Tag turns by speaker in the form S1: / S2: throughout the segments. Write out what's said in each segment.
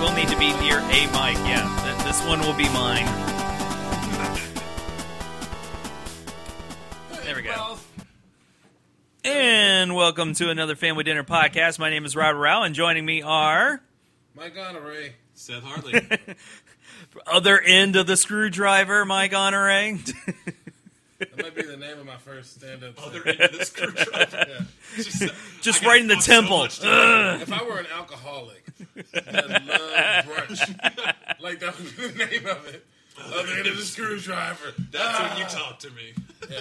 S1: will need to be near a mic. Yeah, th- this one will be mine. There we go. And welcome to another Family Dinner podcast. My name is Robert Rao, and joining me are
S2: Mike Honoré.
S3: Seth Hartley.
S1: other end of the screwdriver, Mike Honore.
S2: That might be the name of my first stand-up. set.
S3: Other end of the screwdriver.
S2: Yeah.
S3: Just, uh,
S1: Just
S3: I got
S1: right in the
S3: fucked
S1: temple.
S3: So much
S2: If I were an alcoholic, I love brunch. like that was the name of it. Other end of the screwdriver.
S3: That's
S2: Ah.
S3: when you talk to me.
S2: Yeah,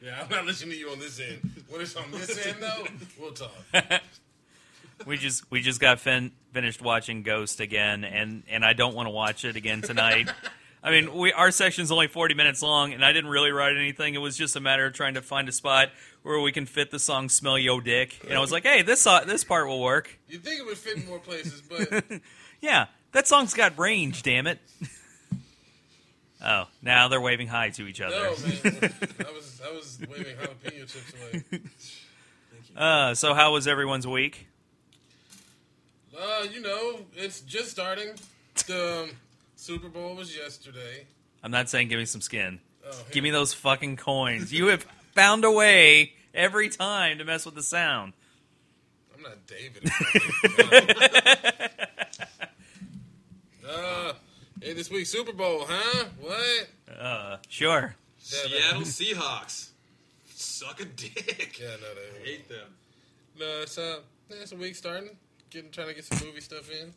S2: yeah. I'm not listening to you on this end. When it's on this end, though, we'll talk.
S1: we just we just got fin- finished watching Ghost again, and and I don't want to watch it again tonight. I mean, we our section's only forty minutes long, and I didn't really write anything. It was just a matter of trying to find a spot where we can fit the song "Smell Yo Dick," and I was like, "Hey, this so- this part will work."
S2: You'd think it would fit in more places, but
S1: Yeah, that song's got range. Damn it! Oh, now they're waving hi to each other.
S2: no, man. I was I was waving jalapeno chips away.
S1: Uh, so, how was everyone's week?
S2: Uh, you know, it's just starting. The um, Super Bowl was yesterday.
S1: I'm not saying give me some skin.
S2: Oh, here-
S1: Give me those fucking coins. You have found a way every time to mess with the sound.
S2: I'm not David. uh, hey, this week's Super Bowl, huh? What?
S1: Uh, sure.
S3: Seattle Seahawks. Suck a dick.
S2: Yeah, no, that ain't-
S3: Hate them.
S2: no, it's uh, it's a week starting. Getting trying to get some movie stuff in.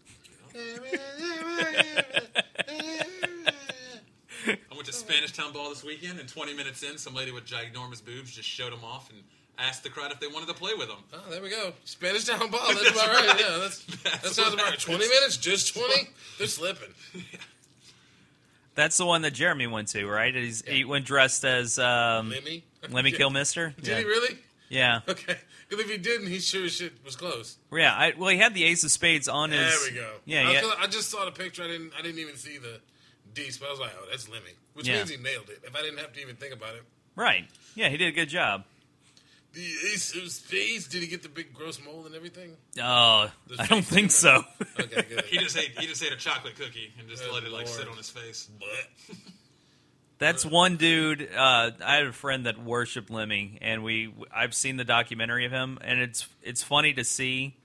S3: I went to Spanish Town Ball this weekend, and 20 minutes in, some lady with ginormous boobs just showed them off and asked the crowd if they wanted to play with them.
S2: Oh, there we go. Spanish Town Ball. That's about right. Yeah, that's, that
S3: That's
S2: sounds
S3: what
S2: about right.
S3: happens.
S2: 20 minutes? Just 20? They're slipping.
S1: That's the one that Jeremy went to, right? He's, He went dressed as um, Let, me
S2: Lemmy?
S1: kill Mister.
S2: Did
S1: Yeah.
S2: he really?
S1: yeah,
S2: Okay. Because if he didn't, he sure as shit was close.
S1: yeah. I, well, he had the Ace of Spades on
S2: There
S1: his.
S2: we go.
S1: Yeah,
S2: I,
S1: yeah.
S2: was- I just saw the picture. I didn't. I didn't even see the deets, but I was like, "Oh, that's Lemmy," which
S1: Yeah.
S2: means he nailed it. If I didn't have to even think about it,
S1: Right. Yeah, he did a good job.
S2: the Ace of Spades. Did he get the big gross mole and everything?
S1: Oh,
S2: Does
S1: I don't
S2: Jason
S1: think so.
S2: remember? Okay, good.
S3: He just ate. He just ate a chocolate cookie and just
S2: Good
S3: let it like sit
S2: lord.
S3: on his face.
S2: But
S1: That's one dude. Uh, I had a friend that worshipped Lemmy, and we I've seen the documentary of him, and it's it's funny to see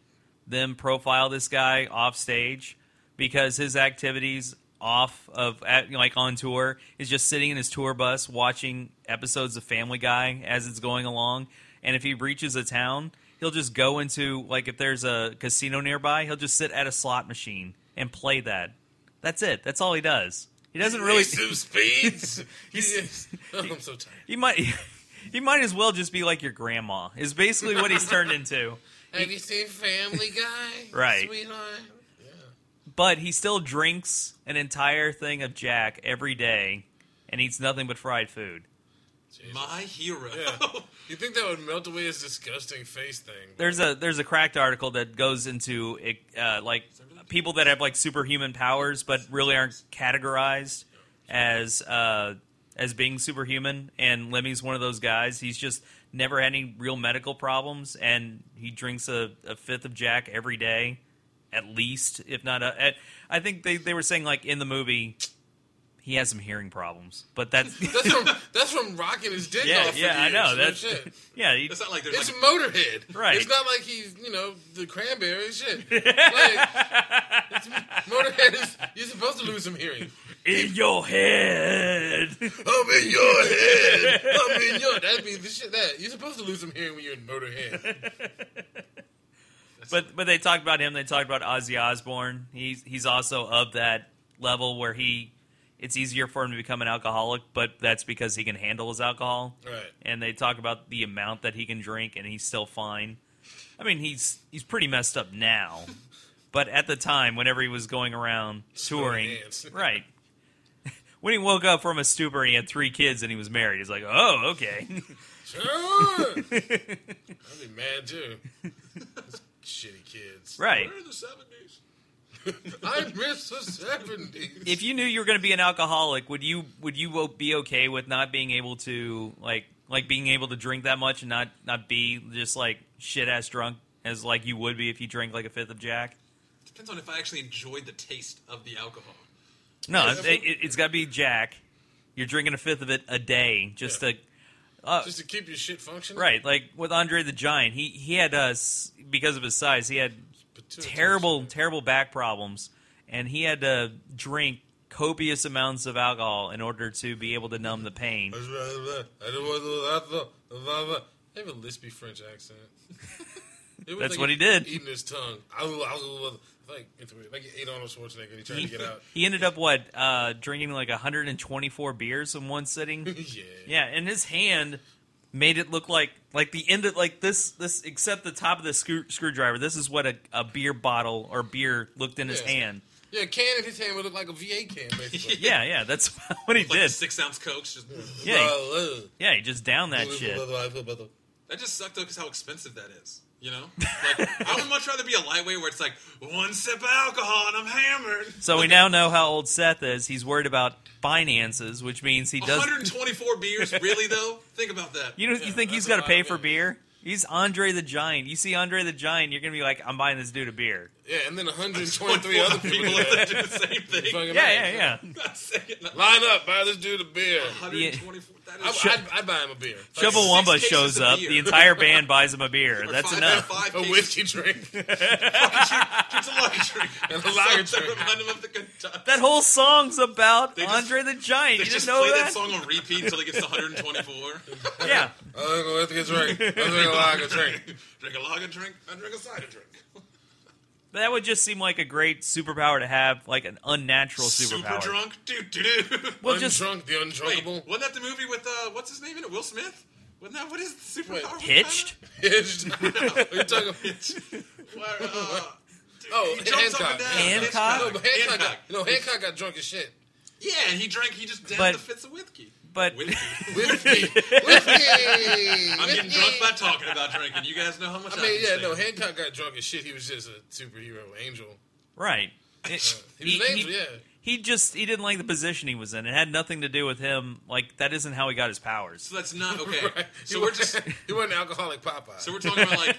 S1: them profile this guy off stage because his activities off of at, you know, like on tour is just sitting in his tour bus watching episodes of Family Guy as it's going along, and if he reaches a town, he'll just go into like if there's a casino nearby, he'll just sit at a slot machine and play that. That's it. That's all he does. He doesn't really.
S2: Ace of Spades.
S1: He's-
S2: Yes. Oh, I'm so tired.
S1: He might. He might as well just be like your grandma. Is basically what he's turned into.
S2: Have you seen Family Guy?
S1: Right.
S2: sweetheart. Yeah.
S1: But he still drinks an entire thing of Jack every day, and eats nothing but fried food.
S2: Jesus.
S3: My hero.
S2: Yeah. You think that would melt away his disgusting face thing? but-
S1: There's a there's a cracked article that goes into uh, like people that have like superhuman powers but really aren't categorized as uh, as being superhuman. And Lemmy's one of those guys. He's just never had any real medical problems, and he drinks a, a fifth of Jack every day, at least, if not. A, at, I think they they were saying like in the movie. He has some hearing problems, but that's
S2: That's from that's from rocking his dick
S1: yeah,
S2: off. for
S1: yeah, I
S2: years.
S1: know
S2: No
S1: that's
S2: shit.
S1: yeah. he-
S3: It's not like there's
S2: It's
S3: like
S2: Motorhead.
S1: Right.
S2: It's not like he's, you know, the cranberry and shit. Like, it's, Motorhead is, you're supposed to lose some hearing.
S1: in your head.
S2: I'm in your head. I'm in your That'd be the shit. That. You're supposed to lose some hearing when you're in Motorhead.
S1: But but they talked about him. They talked about Ozzy Osbourne. He's he's also of that level where he it's easier for him to become an alcoholic, but that's because he can handle his alcohol.
S2: Right.
S1: And they talk about the amount that he can drink, and he's still fine. I mean, he's he's pretty messed up now, but at the time, whenever he was going around touring,
S2: hands.
S1: right. When he woke up from a stupor and he had three kids and he was married, he's like, "Oh, okay."
S2: Sure. I'd be mad too. Those shitty kids.
S1: right.
S3: we're in the seventies.
S2: I miss the 70s.
S1: if you knew you were going to be an alcoholic, would you would you be okay with not being able to like like being able to drink that much and not not be just like shit ass drunk as like you would be if you drank like a fifth of Jack?
S3: Depends on if I actually enjoyed the taste of the alcohol.
S1: No,
S2: Yes.
S1: it, it, it's got to be Jack. You're drinking a fifth of it a day just
S2: Yeah.
S1: to. Uh,
S2: Just to keep your shit functioning.
S1: right, like with Andre the Giant, he he had us because of his size. He had
S2: Pituitary.
S1: terrible, terrible back problems, and he had to drink copious amounts of alcohol in order to be able to numb the pain.
S2: I don't want to- I have a lispy French accent. It was
S1: That's
S2: like
S1: what
S2: he-
S1: he did.
S2: Eating his tongue. I was- I was- Like, it's weird. like he ate Arnold Schwarzenegger and he tried to get out.
S1: He ended up what uh, drinking like 124 beers in one sitting.
S2: yeah.
S1: Yeah, and his hand made it look like like the end of like this this except the top of the screw, screwdriver. This is what a, a beer bottle or beer looked in his
S2: Yeah.
S1: hand.
S2: Yeah, a can in his hand would look like a VA can, basically.
S1: Yeah, yeah, that's what he
S3: Like
S1: did.
S3: six ounce cokes. Just,
S1: Yeah, he- yeah, he just downed that shit.
S3: that just sucked though because how expensive that is. You know, like I would much rather be a lightweight where it's like one sip of alcohol and I'm hammered.
S1: So we now know how old Seth is. He's worried about finances, which means he does.
S3: 124 beers, really though? Think about that.
S1: You know, you
S2: Yeah,
S1: think he's got
S2: that's
S1: to
S2: a lot
S1: pay
S2: of
S1: for
S2: money.
S1: beer? He's Andre the Giant. You see Andre the Giant, you're gonna be like, I'm buying this dude a beer.
S2: Yeah, and then 123 other people.
S3: if they
S2: did
S3: do the same
S2: that.
S3: thing.
S2: Fucking
S1: Yeah,
S2: right.
S1: yeah, yeah.
S3: I'm saying that.
S2: Line up, buy this dude a beer.
S3: 124. That
S2: I,
S3: is
S2: I'd, I'd buy him a beer. Like,
S1: Shovel Wumba
S3: cases
S1: shows
S3: of
S1: up.
S3: beer.
S1: The entire band buys him a beer.
S3: or
S1: That's
S3: five,
S1: enough.
S3: Five
S2: a
S3: cases.
S2: whiskey drink.
S3: It's a lager drink.
S2: And a lager
S3: So
S2: drink.
S3: They remind him of the good times.
S1: That whole song's about
S3: They just-
S1: Andre the Giant.
S3: they
S1: You
S3: just
S1: didn't know
S3: play that?
S1: that?
S3: song on repeat until he gets to 124.
S1: Yeah.
S2: I'm gonna go with a drink. I'm gonna go like a drink.
S3: drink a lager drink. I drink a cider drink.
S1: That would just seem like a great superpower to have, like an unnatural
S3: Super
S1: superpower.
S3: drunk. Dude, dude, dude.
S1: Well, just
S2: Undrunk, the
S3: Wait,
S2: undrunkable.
S3: wasn't that the movie with uh, what's his name in it? Will Smith. Wasn't that what is the super
S2: Wait,
S1: hitched.
S2: Hitched. You're talking hitched.
S3: Where, uh,
S2: Oh,
S3: he jumps up
S2: Hancock.
S3: and down.
S1: Hancock?
S2: No, but Hancock,
S3: Hancock.
S2: got, no, Hancock got drunk as shit.
S3: Yeah, he drank. He just downed
S1: But-
S3: the fits of whiskey.
S1: but-
S3: whiskey.
S2: Whiskey. Whiskey.
S3: I'm getting drunk by talking about drinking. You guys know how much
S2: I
S3: I
S2: mean, yeah, no,
S3: understand.
S2: Hancock got drunk as shit. He was just a superhero angel.
S1: Right. It-
S2: He was an angel, yeah.
S1: he just he didn't like the position he was in. It had nothing to do with him. Like that isn't how he got his powers.
S3: So that's not okay.
S2: Right.
S3: So
S2: He
S3: we're
S2: was-
S3: just.
S2: He wasn't an alcoholic Popeye.
S3: So we're talking about like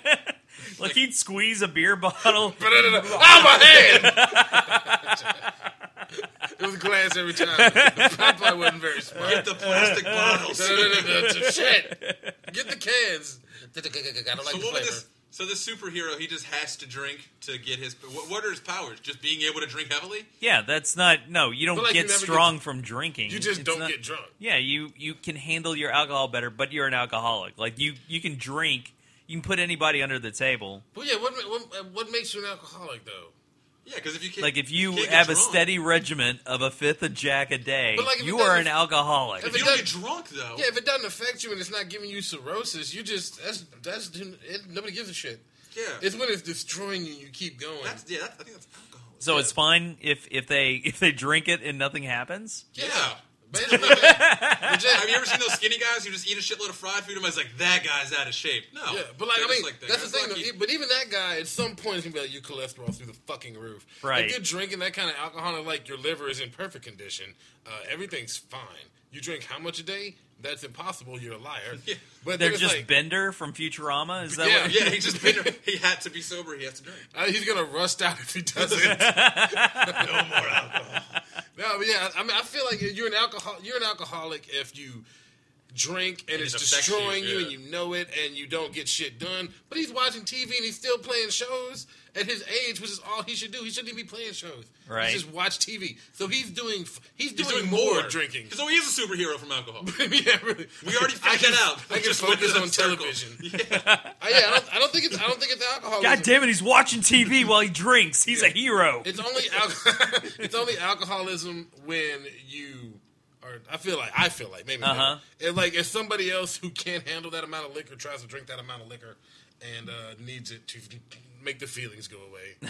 S1: Like he'd squeeze a beer bottle.
S2: Ba-da-da-da. Ah, my hand! it was glass every time. Popeye wasn't very
S3: get
S2: smart.
S3: the plastic bottles. so
S2: Da-da-da-da. Shit! Get the cans. I don't like the
S3: what would
S2: flavor.
S3: this? So this superhero, he just has to drink to get his. What, what are his powers? Just being able to drink heavily.
S1: Yeah, that's not. No, you don't
S2: But, like, you
S1: get
S2: never
S1: strong from drinking.
S2: You just
S1: It's
S2: don't
S1: not-
S2: get drunk.
S1: Yeah, you you can handle your alcohol better, but you're an alcoholic. Like you you can drink. You can put anybody under the table.
S2: Well, yeah, what, ma- what, uh, what makes you an alcoholic, though?
S3: Yeah, because if you can't,
S1: Like if you
S3: can't get
S1: have a
S3: drunk.
S1: steady regiment of a fifth of Jack a day,
S2: But, like, if it
S1: you are
S2: doesn't-
S1: an alcoholic.
S2: if
S3: if you
S2: it
S3: don't get
S2: doesn't-
S3: drunk though.
S2: Yeah, if it doesn't affect you and it's not giving you cirrhosis, you just, that's, that's, it, nobody gives a shit.
S3: yeah.
S2: It's when it's destroying you and you keep going.
S3: that's yeah. That's, I think that's alcohol.
S1: so it's fine if if they if they drink it and nothing happens.
S2: yeah.
S3: yeah.
S2: Basically, man. Legit.
S3: Have you ever seen those skinny guys who just eat a shitload of fried food? and was like, that guy's out of shape. No,
S2: Yeah, but like
S3: They're
S2: I
S3: just
S2: mean,
S3: that.
S2: that's the
S3: Guys
S2: thing.
S3: lucky.
S2: Though, but even that guy, at some point, is gonna be like, your cholesterol through the fucking roof.
S1: Right.
S2: If you're drinking that kind of alcohol, and like your liver is in perfect condition, uh, everything's fine. You drink how much a day? That's impossible. You're a liar.
S3: Yeah.
S2: But
S1: They're
S2: then it's
S1: just
S2: like,
S1: Bender from Futurama. Is that
S2: Yeah,
S1: what?
S3: Yeah, he just he had to be sober. He has to drink.
S2: uh, he's gonna rust out if he doesn't.
S3: No more alcohol.
S2: no, but yeah. I mean, I feel like you're an alcohol. You're an alcoholic if you drink and,
S3: it
S2: it's
S3: affects you,
S2: destroying you,
S3: yeah.
S2: and you know it and you don't get shit done. But he's watching TV and he's still playing shows at his age, which is all he should do. He shouldn't even be playing shows.
S1: Right.
S2: He just watch TV. So he's doing f- he's doing,
S3: He's doing
S2: more, drinking.
S3: So he is a superhero from alcohol.
S2: yeah, really.
S3: We already
S2: I
S3: figured
S2: can-
S3: that out.
S2: I can
S3: Just
S2: focus
S3: went in a
S2: on
S3: circle.
S2: television. I,
S3: Yeah.
S2: yeah, I don't, I don't think it's I don't think it's alcohol.
S1: God damn it! He's watching TV while he drinks. He's a hero.
S2: It's only al- it's only alcoholism when you are. I feel like I feel like maybe
S1: Uh-huh.
S2: and like if somebody else who can't handle that amount of liquor tries to drink that amount of liquor and uh, needs it to make the feelings go away.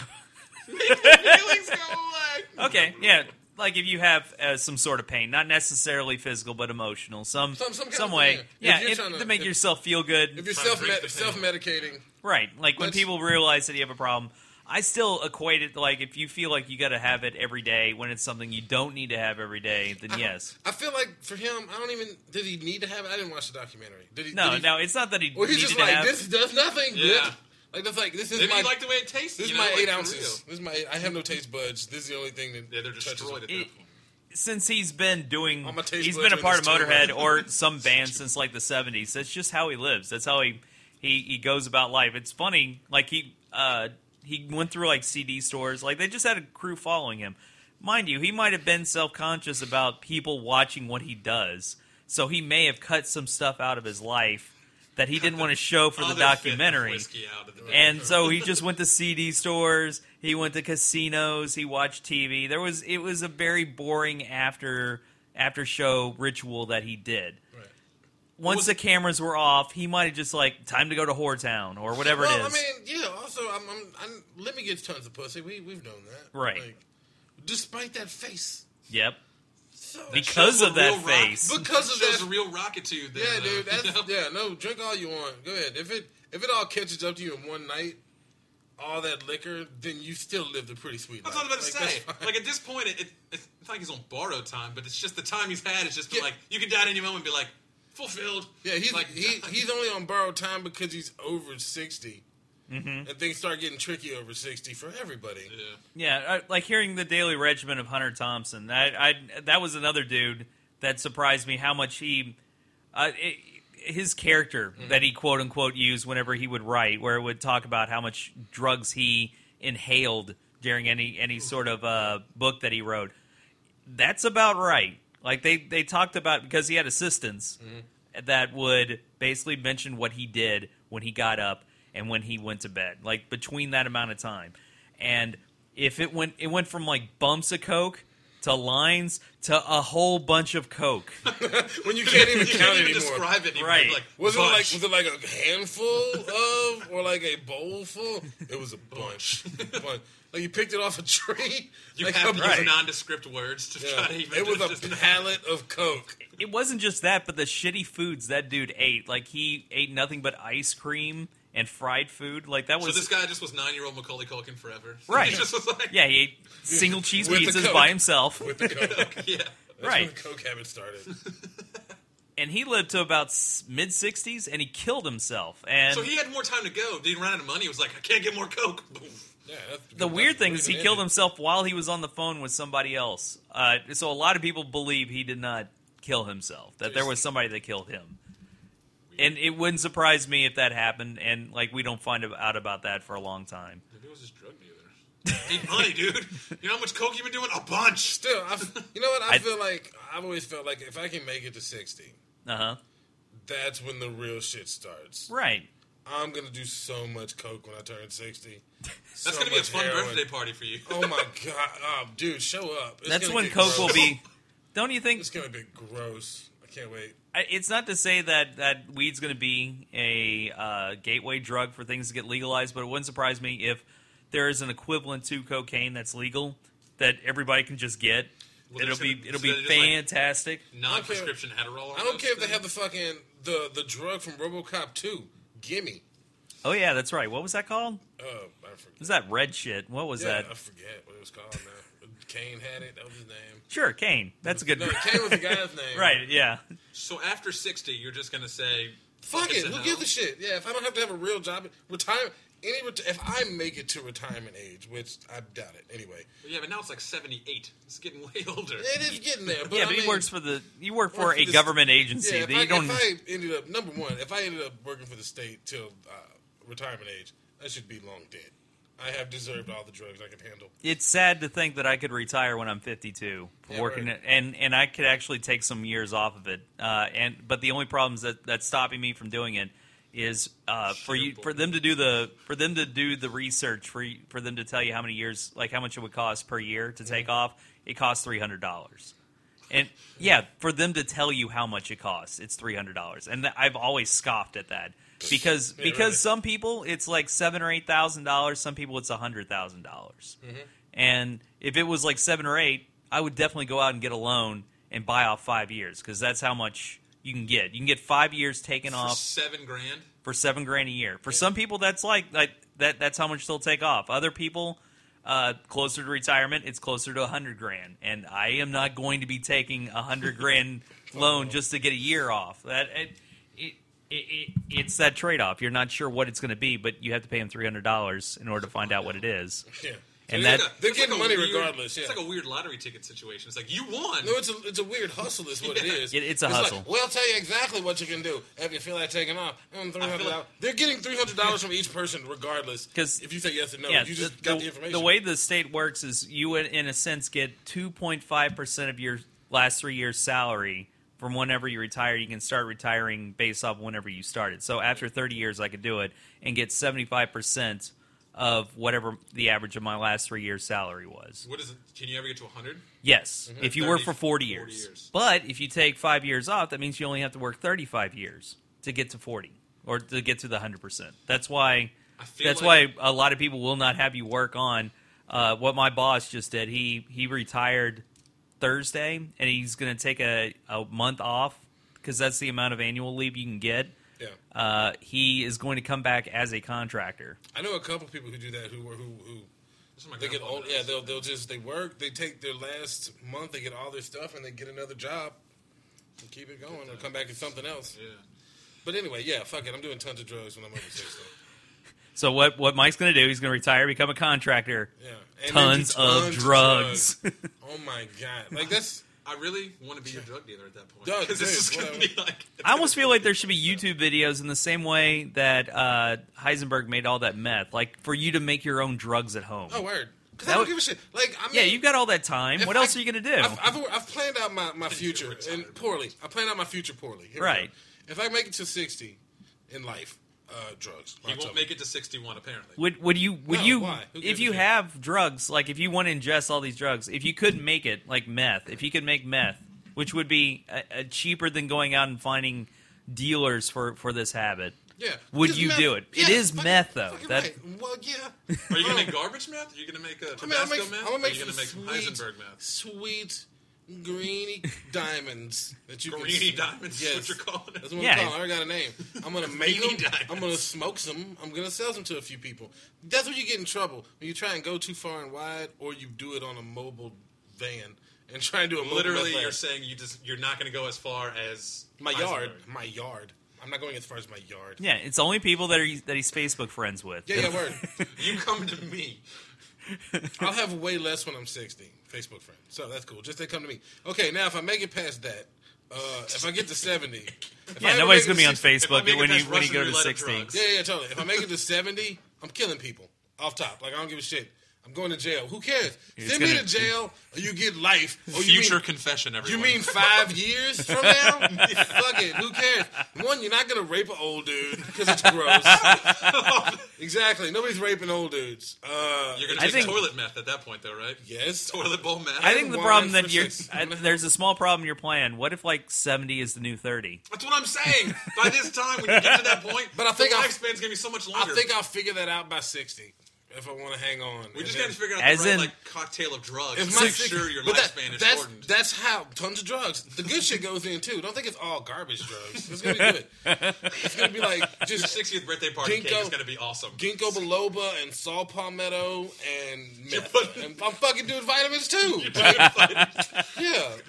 S3: Feelings go away.
S1: Okay, yeah. Like if you have uh, some sort of pain, not necessarily physical but emotional, some
S2: Some-
S1: some,
S2: some kind of-
S1: way,
S2: yeah. If
S1: yeah,
S2: you're
S1: it-
S2: trying to-
S1: to, make
S2: if-
S1: yourself feel
S2: If
S1: good,
S2: you're
S3: Trying to
S2: self
S3: break the pain.
S2: self medicating,
S1: right? Like when
S2: Let's-
S1: people realize that you have a problem, I still equate it to, like if you feel like you got to have it every day when it's something you don't need to have every day, then yes,
S2: I feel like for him, I don't even did he need to have it. I didn't watch the documentary. Did he?
S1: no,
S2: did he,
S1: no, it's not that he
S2: Well, he's
S1: needed
S2: just
S1: to
S2: like
S1: have.
S2: this does nothing.
S3: Yeah.
S2: Like that's like this is
S3: Maybe
S2: my
S3: you like the way it tastes.
S2: this is
S3: you know,
S2: my
S3: like,
S2: eight
S3: for
S2: ounces. This is my eight, I have no taste buds. This is the only thing that
S3: real. Yeah, they're
S2: touches
S3: destroyed at
S2: it.
S3: that
S1: It-
S3: point.
S1: since he's been doing,
S2: I'm a taste
S1: he's
S2: bud
S1: been a
S2: doing
S1: part of
S2: this too,
S1: Motorhead
S2: man.
S1: or some band since like the '70s. That's just how he lives. That's how he he, he goes about life. It's funny, like he uh, he went through like CD stores. Like they just had a crew following him. Mind you, he might have been self conscious about people watching what he does, so he may have cut some stuff out of his life that he didn't want to show for the
S3: Other fifth of
S1: documentary.
S3: whiskey out of the
S1: And so he just went to CD stores. He went to casinos. He watched TV. There was it was a very boring after after show ritual that he did.
S2: Right.
S1: Once
S3: was-
S1: the cameras were off, he might have just like time to go to whore town or whatever
S2: well,
S1: it is.
S2: I mean, yeah. Also, I'm, I'm, I'm Lemmy gets tons of pussy. We we've known that,
S1: Right.
S2: Like, despite that face,
S1: yep,
S2: so
S1: because
S3: shows
S1: of
S3: the
S1: that
S3: real rock.
S1: face.
S2: because of
S3: shows
S2: that
S3: a real rockitude. There,
S2: Yeah,
S3: though.
S2: dude. That's,
S3: You know?
S2: Yeah, no. Drink all you want. Go ahead. If it if it all catches up to you in one night, all that liquor, then you still lived a pretty sweet
S3: That's
S2: life.
S3: what I was about to
S2: Like,
S3: say.
S2: that's fine.
S3: Like at this point, it, it, it's it's not like he's on borrowed time, but it's just the time he's had. It's just been
S2: Yeah.
S3: like you could die at any moment and be like fulfilled.
S2: yeah, he's
S3: like
S2: he, he's only on borrowed time because he's over 60
S1: Mm-hmm.
S2: and things start getting tricky over sixty for everybody.
S3: Yeah.
S1: yeah, I, like hearing the daily regimen of Hunter Thompson. That I that was another dude that surprised me how much he uh, it, his character that he quote unquote used whenever he would write, where it would talk about how much drugs he inhaled during any any sort of uh, book that he wrote. That's about right. Like they they talked about because he had assistants that would basically mention what he did when he got up and when he went to bed, like between that amount of time. And if it went it went from like bumps of coke to lines to a whole bunch of coke.
S2: When you can't even
S3: You
S2: count
S3: can't even
S2: anymore.
S3: describe it. Anymore.
S1: Right.
S3: Like,
S2: was it like
S3: bunch.
S2: was it like a handful of or like a bowl full? It was a bunch. bunch. Like you picked it off a tree.
S3: you
S2: like
S3: have
S2: a
S3: to
S1: right.
S3: use nondescript words to try
S2: Yeah.
S3: to even.
S2: It was
S3: just-
S2: a pallet of coke.
S1: it wasn't just that, but the shitty foods that dude ate. Like he ate nothing but ice cream and fried food. Like that
S3: So
S1: was
S3: this guy just was nine-year-old Macaulay Culkin forever.
S1: right.
S3: He just was like,
S1: yeah, he ate single cheese
S2: With the
S1: pizzas
S2: Coke.
S1: by himself.
S2: with the coke. That's
S3: yeah.
S2: when
S1: right,
S2: the coke habit started.
S1: and he lived to about mid sixties, and he killed himself. And
S3: So he had more time to go. Did he run out of money? He was like, I can't get more coke. Boom.
S2: Yeah, that's,
S1: the weird thing is, he killed
S2: him.
S1: himself while he was on the phone with somebody else. Uh, so a lot of people believe he did not kill himself; that there was somebody that killed him. And it wouldn't surprise me if that happened, and like we don't find out about that for a long time.
S3: Maybe it was his drug dealer. Need money, dude. You know how much coke you've been doing? A bunch.
S2: Still, I f you know what? I,
S1: I-
S2: feel like I've always felt like if I can make it to sixty,
S1: Uh huh.
S2: that's when the real shit starts.
S1: Right.
S2: I'm gonna do so much coke when I turn sixty.
S3: That's gonna be a fun birthday party for you.
S2: Oh my god, oh, dude, show up! It's
S1: That's
S2: gonna
S1: when
S2: get
S1: Coke will
S2: gross.
S1: be. Don't you think
S2: It's gonna be gross. I can't wait.
S1: I- it's not to say that that weed's going to be a uh, gateway drug for things to get legalized? But it wouldn't surprise me if there is an equivalent to cocaine that's legal that everybody can just get.
S3: Well,
S1: it'll
S3: there's
S1: be
S3: gonna-
S1: it'll
S3: so
S1: be
S3: they're just like-
S1: fantastic.
S3: Non-prescription Adderall.
S2: I don't care if they
S3: almost,
S2: have the fucking the the drug from RoboCop two. Gimme.
S1: oh yeah, that's right. What was that called?
S2: Uh, I forget.
S1: Was that red shit? What was
S2: yeah,
S1: that?
S2: I forget what it was called now. Kane had it. That was his name.
S1: Sure, Kane. That's a good.
S2: No, Kane was the guy's name.
S1: right. Yeah.
S3: So after sixty, you're just gonna say,
S2: Fuck it.
S3: it's a
S2: Who
S3: no.
S2: gives a shit? Yeah, if I don't have to have a real job, retire. Any reti- if I make it to retirement age, which I doubt it anyway.
S3: But yeah, but now it's like seventy-eight. It's getting way older.
S2: It is getting there. But
S1: yeah,
S2: I
S1: but
S2: mean,
S1: he works for the you work for
S2: works
S1: a
S2: for this-
S1: government
S2: Yeah,
S1: agency
S2: if,
S1: that
S2: I,
S1: you don't.
S2: if I ended up number one, if I ended up working for the state till uh, retirement age, I should be long dead. I have deserved all the drugs I can handle.
S1: it's sad to think that I could retire when I'm 52 from
S2: Yeah,
S1: working
S2: right.
S1: it, and and I could actually take some years off of it. Uh, and but the only problems that that's stopping me from doing it is uh, for you
S3: Shoot.
S1: for them to do the for them to do the research for you- for them to tell you how many years like how much it would cost per year to take off. It costs three hundred dollars. And yeah, for them to tell you how much it costs, it's three hundred dollars, and th- I've always scoffed at that because
S2: Yeah,
S1: because
S2: really.
S1: some people it's like seven or eight thousand dollars, some people it's a hundred thousand dollars,
S2: Mm-hmm.
S1: and if it was like seven or eight, I would definitely go out and get a loan and buy off five years because that's how much you can get. You can get five years taken
S3: For
S1: off
S3: seven grand.
S1: for seven grand a year. For some people, that's like like that. That's how much they'll take off. Other people, uh, closer to retirement, it's closer to a hundred grand. And I am not going to be taking a hundred grand loan just to get a year off. That it, it, it, it, it's that trade off. You're not sure what it's going to be, but you have to pay him three hundred dollars in order to find out what it is.
S2: Yeah.
S1: And
S2: So
S1: that- It's
S2: they're, they're
S3: It's like
S2: getting
S3: a
S2: money
S3: weird-
S2: regardless. Yeah.
S3: It's like a weird lottery ticket situation. It's like you won.
S2: no, it's a it's a weird hustle is what it is.
S1: It- it's a
S2: like,
S1: hustle.
S2: we'll tell you exactly what you can do if you feel like taking off. Mm, $300. They're getting three hundred dollars from each person regardless.
S1: 'Cause-
S2: if you say yes or no,
S1: yeah,
S2: you just got the, information.
S1: the way the state works is you would, in a sense, get 2.5% of your last three years' salary from whenever you retire. You can start retiring based off whenever you started. So after 30 years, I could do it and get 75% of whatever the average of my last three years' salary was.
S3: What is it? Can you ever get to 100?
S1: Yes, if you work
S3: 30,
S1: for 40
S3: 40
S1: years.
S3: Mm-hmm. years.
S1: But if you take five years off, that means you only have to work 35 years to get to 40 or to get to the 100%. That's why.
S3: I feel
S1: That's
S3: like-
S1: why a lot of people will not have you work on uh, what my boss just did. He he retired Thursday and he's going to take a, a month off because that's the amount of annual leave you can get.
S2: yeah,
S1: Uh, he is going to come back as a contractor.
S2: I know a couple people who do that who were who who
S3: That's what my
S2: they get
S3: grandfather
S2: old. Yeah,
S3: does.
S2: they'll they'll just they work. They take their last month. They get all their stuff and they get another job. And keep it going, or come back as something else.
S3: Yeah.
S2: But anyway, yeah, fuck it. I'm doing tons of drugs when I'm over sixty.
S1: So what what Mike's going to do? He's going to retire, become a contractor.
S2: Yeah, And then do
S1: Tons, of drugs.
S2: Oh my god! Like that's
S3: I really want to be your drug dealer at that point.
S2: Doug,
S3: Because this is
S2: dude,
S3: going to
S2: whatever.
S3: be like.
S1: I almost feel like there should be YouTube videos in the same way that uh, Heisenberg made all that meth, like for you to make your own drugs at home.
S2: oh word. Because
S1: That
S2: I don't
S1: would-
S2: give a shit. Like I mean,
S1: yeah, you've got all that time.
S2: if
S1: What
S2: I-
S1: else are you gonna do?
S2: I've, I've, I've planned out my, my future
S3: retired.
S2: and poorly. I planned out my future poorly. Here we
S1: Right.
S2: go. If I make it to sixty in life, uh, drugs.
S3: He won't make it to 61, apparently.
S1: would would you would
S2: No,
S1: you
S2: why? Who
S1: if
S2: gives a
S1: you
S2: shit?
S1: have drugs, like if you want to ingest all these drugs, if you could make it like meth, if you could make meth, which would be uh, uh, cheaper than going out and finding dealers for for this habit.
S2: Yeah.
S1: Would
S2: Because
S1: you
S2: meth-
S1: do it? It
S2: Yeah,
S1: is
S2: fucking-
S1: meth, though.
S2: fucking
S1: That-
S2: right. Well, yeah.
S3: Are you
S2: Oh.
S3: going to make garbage meth? Are you going to make uh,
S2: I mean, I'll
S3: Tabasco
S2: make,
S3: meth?
S2: I'll
S3: Are
S2: make
S3: you
S2: some
S3: going to make
S2: sweet,
S3: Heisenberg meth?
S2: sweet greeny diamonds that you
S3: Greeny
S2: can,
S3: diamonds,
S2: Yes,
S3: what you're calling it.
S2: That's what
S1: Yeah.
S2: I'm calling. I already got a name. I'm gonna make
S3: Greeny
S2: them. I'm gonna
S3: diamonds.
S2: smoke some. I'm gonna sell some to a few people. That's when you get in trouble when you try and go too far and wide, or you do it on a mobile van and try and do a mobile
S3: Literally,
S2: meth lab.
S3: you're saying you just you're not going to go as far as
S2: my
S3: Heisenberg.
S2: yard. My yard. I'm not going as far as my yard.
S1: Yeah, it's only people that are that he's Facebook friends with.
S2: Yeah, yeah, word.
S3: You come to me.
S2: I'll have way less when I'm 60. Facebook friend. So that's cool. Just they come to me. Okay, now if I make it past that, uh, if I get to 70. if I
S1: Yeah,
S2: ever
S1: nobody's
S2: make
S1: gonna
S2: it
S1: be on
S2: 60
S1: Facebook
S3: make it
S1: when you
S3: past
S1: when you
S3: Russian
S1: go to
S3: roulette of
S1: sixty.
S3: drugs.
S2: Yeah, yeah, totally. If I make it to 70, I'm killing people off top. Like, I don't give a shit. I'm going to jail. Who cares? Send me
S1: gonna-
S2: to jail or you get life. Or Oh, you
S3: Future
S2: mean,
S3: confession,
S2: you
S3: everyone.
S2: mean five years from now? Fuck it. Who cares? One, you're not going to rape an old dude because it's gross. exactly. Nobody's raping old dudes. Uh,
S3: you're going
S1: I
S3: to take
S1: think-
S3: toilet meth at that point, though, right?
S2: yes.
S3: Toilet bowl meth.
S1: I think the
S2: Wine
S1: problem
S2: for
S1: that you're
S2: six.
S1: I, there's a small problem in your plan. What if like 70 is the new 30?
S3: That's what I'm saying. By this time, when you get to that point,
S2: But I think
S3: the
S2: I-
S3: lifespan's going to be so much
S2: I
S3: longer.
S2: think I'll figure that out by 60 if I want to hang on.
S3: we just
S2: And
S3: got
S2: then-
S3: to figure out
S1: As
S3: the right
S1: in-
S3: like cocktail of drugs.
S2: If
S3: to
S2: my
S3: make
S2: six-
S3: sure your
S2: but that-
S3: lifespan is
S2: that's,
S3: shortened.
S2: That's how tons of drugs. The good shit goes in too. Don't think it's all garbage drugs. It's gonna be good. It's gonna be like
S3: Your
S2: just
S3: 60th birthday party cake
S2: Ginkgo-
S3: is going to be awesome.
S2: ginkgo biloba and saw palmetto and meth.
S3: putting-
S2: and I'm fucking doing vitamins too. yeah,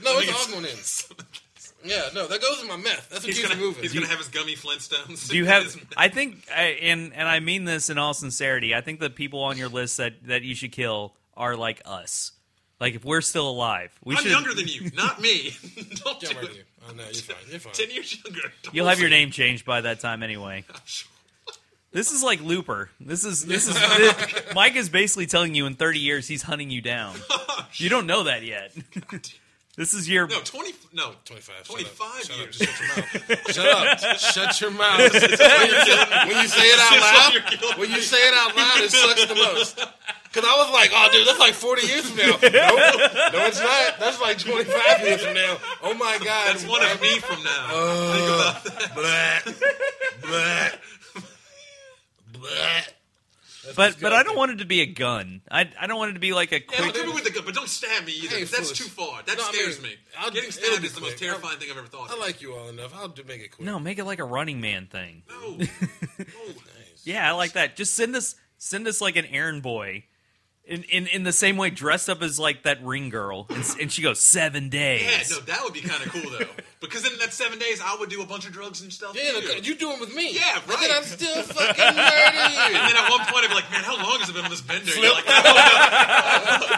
S2: no, it's all going in. Yeah, no, that goes in my meth. That's what
S3: He's
S2: keeps
S3: gonna,
S2: me moving.
S3: he's gonna have his gummy Flintstones.
S1: Do you have? I think, I, and and I mean this in all sincerity. I think the people on your list that that you should kill are like us. Like if we're still alive, we
S3: I'm
S1: should.
S3: younger than you, not me. Don't
S2: Yeah,
S3: do
S2: I'm right
S3: it.
S2: here. Oh no, you're fine. You're fine.
S3: Ten years younger. Don't
S1: You'll have your
S3: say-
S1: name changed by that time anyway. This is like Looper. This is this is Mike is basically telling you in 30 years he's hunting you down. You don't know that yet. This is your
S3: No, twenty. No,
S2: 25.
S3: Twenty-five
S2: shut
S3: years.
S2: Up. Just Shut your mouth. Shut up. Shut your mouth. When you say- when you say it out
S3: You're
S2: loud,
S3: killing
S2: when you say it out loud, it sucks the most. Because I was like, oh, dude, that's like 40 years from now. Nope. No, it's not. That's like 25 years from now. Oh, my God.
S3: That's one of me from now.
S2: Uh, Blah. Blah. Blah.
S1: but but I don't want it to be a gun. I I don't want it to be like a
S3: Yeah, I'm
S1: quick
S3: good with the gun, but don't stab me either.
S2: Hey,
S3: That's
S2: foolish.
S3: too far. That
S2: No, I
S3: scares
S2: mean,
S3: me.
S2: I'll-
S3: Getting
S2: it'll
S3: stabbed
S2: be
S3: is the most
S2: quick.
S3: terrifying thing I've ever thought.
S2: I
S3: of.
S2: like you all enough. I'll do- make it quick.
S1: No, make it like a Running Man thing.
S3: No. no.
S1: Yeah, I like that. Just send us send us like an errand boy in, in in the same way dressed up as like that ring girl, and, s- and she goes seven days.
S3: Yeah, no, that would be kind of cool though, because in that seven days I would do a bunch of drugs and stuff.
S2: Yeah,
S3: too.
S2: look, you doing with me?
S3: Yeah,
S2: And then
S3: right.
S2: I'm still fucking murdering you.
S3: And then at one point I'd be like, man, how long has it been on this bender? You're like,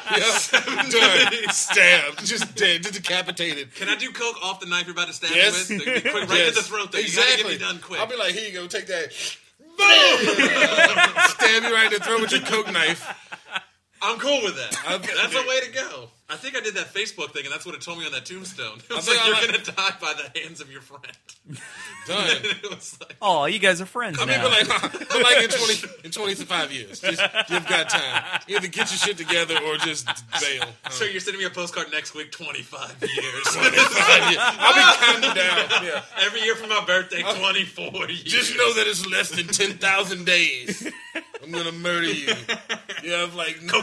S3: "Oh,
S2: Yep. Done. Stabbed. Just dead. Just decapitated.
S3: can I do coke off the knife you're about to stab
S2: Yes.
S3: me with? Like, quick, right
S2: Yes.
S3: to the throat. Though. You gotta get me done quick.
S2: I'll be like, here you go. Take that. Boom! Stab you right in the throat with your coke knife.
S3: I'm cool with that.
S2: I'm-
S3: that's a way to go. I think I did that Facebook thing, and that's what it told me on that tombstone. It was
S2: think
S3: like
S2: I
S3: you're
S2: like-
S3: gonna die by the hands of your friend.
S2: Done.
S3: it was like,
S1: Oh, you guys are friends
S2: I mean,
S1: now.
S2: but like, but like in twenty in twenty to five years, just, you've got time. Either get your shit together or just bail.
S3: so you're sending me a postcard next week, 25 years.
S2: I'll be calming down. Yeah.
S3: Every year for my birthday, 24 years.
S2: Just know that it's less than ten thousand days. I'm gonna murder you. You have like no,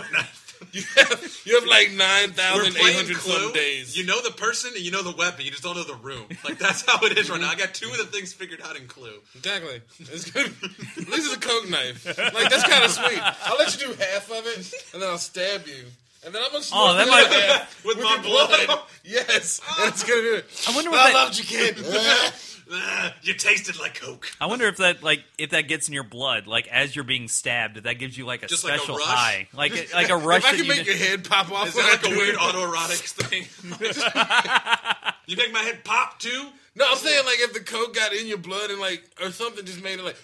S2: you have, you have like nine
S3: We're
S2: thousand eight
S3: playing
S2: hundred
S3: Clue.
S2: some days.
S3: You know the person and you know the weapon. You just don't know the room. Like that's how it is right now. I got two of the things figured out in Clue.
S2: Exactly. It's good. At least it's a coke knife. Like that's kind of sweet. I'll let you do half of it, and then I'll stab you, and then I'm gonna
S1: Oh, that might-
S2: half
S3: With my
S2: your
S3: blood.
S2: Yes, and it's gonna do it.
S1: I wonder what
S2: I
S1: that,
S2: loved you, kid.
S3: Ah, you tasted like Coke.
S1: I wonder if that like if that gets in your blood, like as you're being stabbed, if that gives you like a
S3: Just like a
S1: special
S3: rush?
S1: high, like like a rush.
S2: if I
S1: that
S2: can
S1: you
S2: make your head pop off,
S3: Is that like
S2: when I
S3: a
S2: do
S3: weird
S2: it-
S3: autoerotic thing? you make my head pop too?
S2: No, I'm saying like if the coke got in your blood and like or something just made it like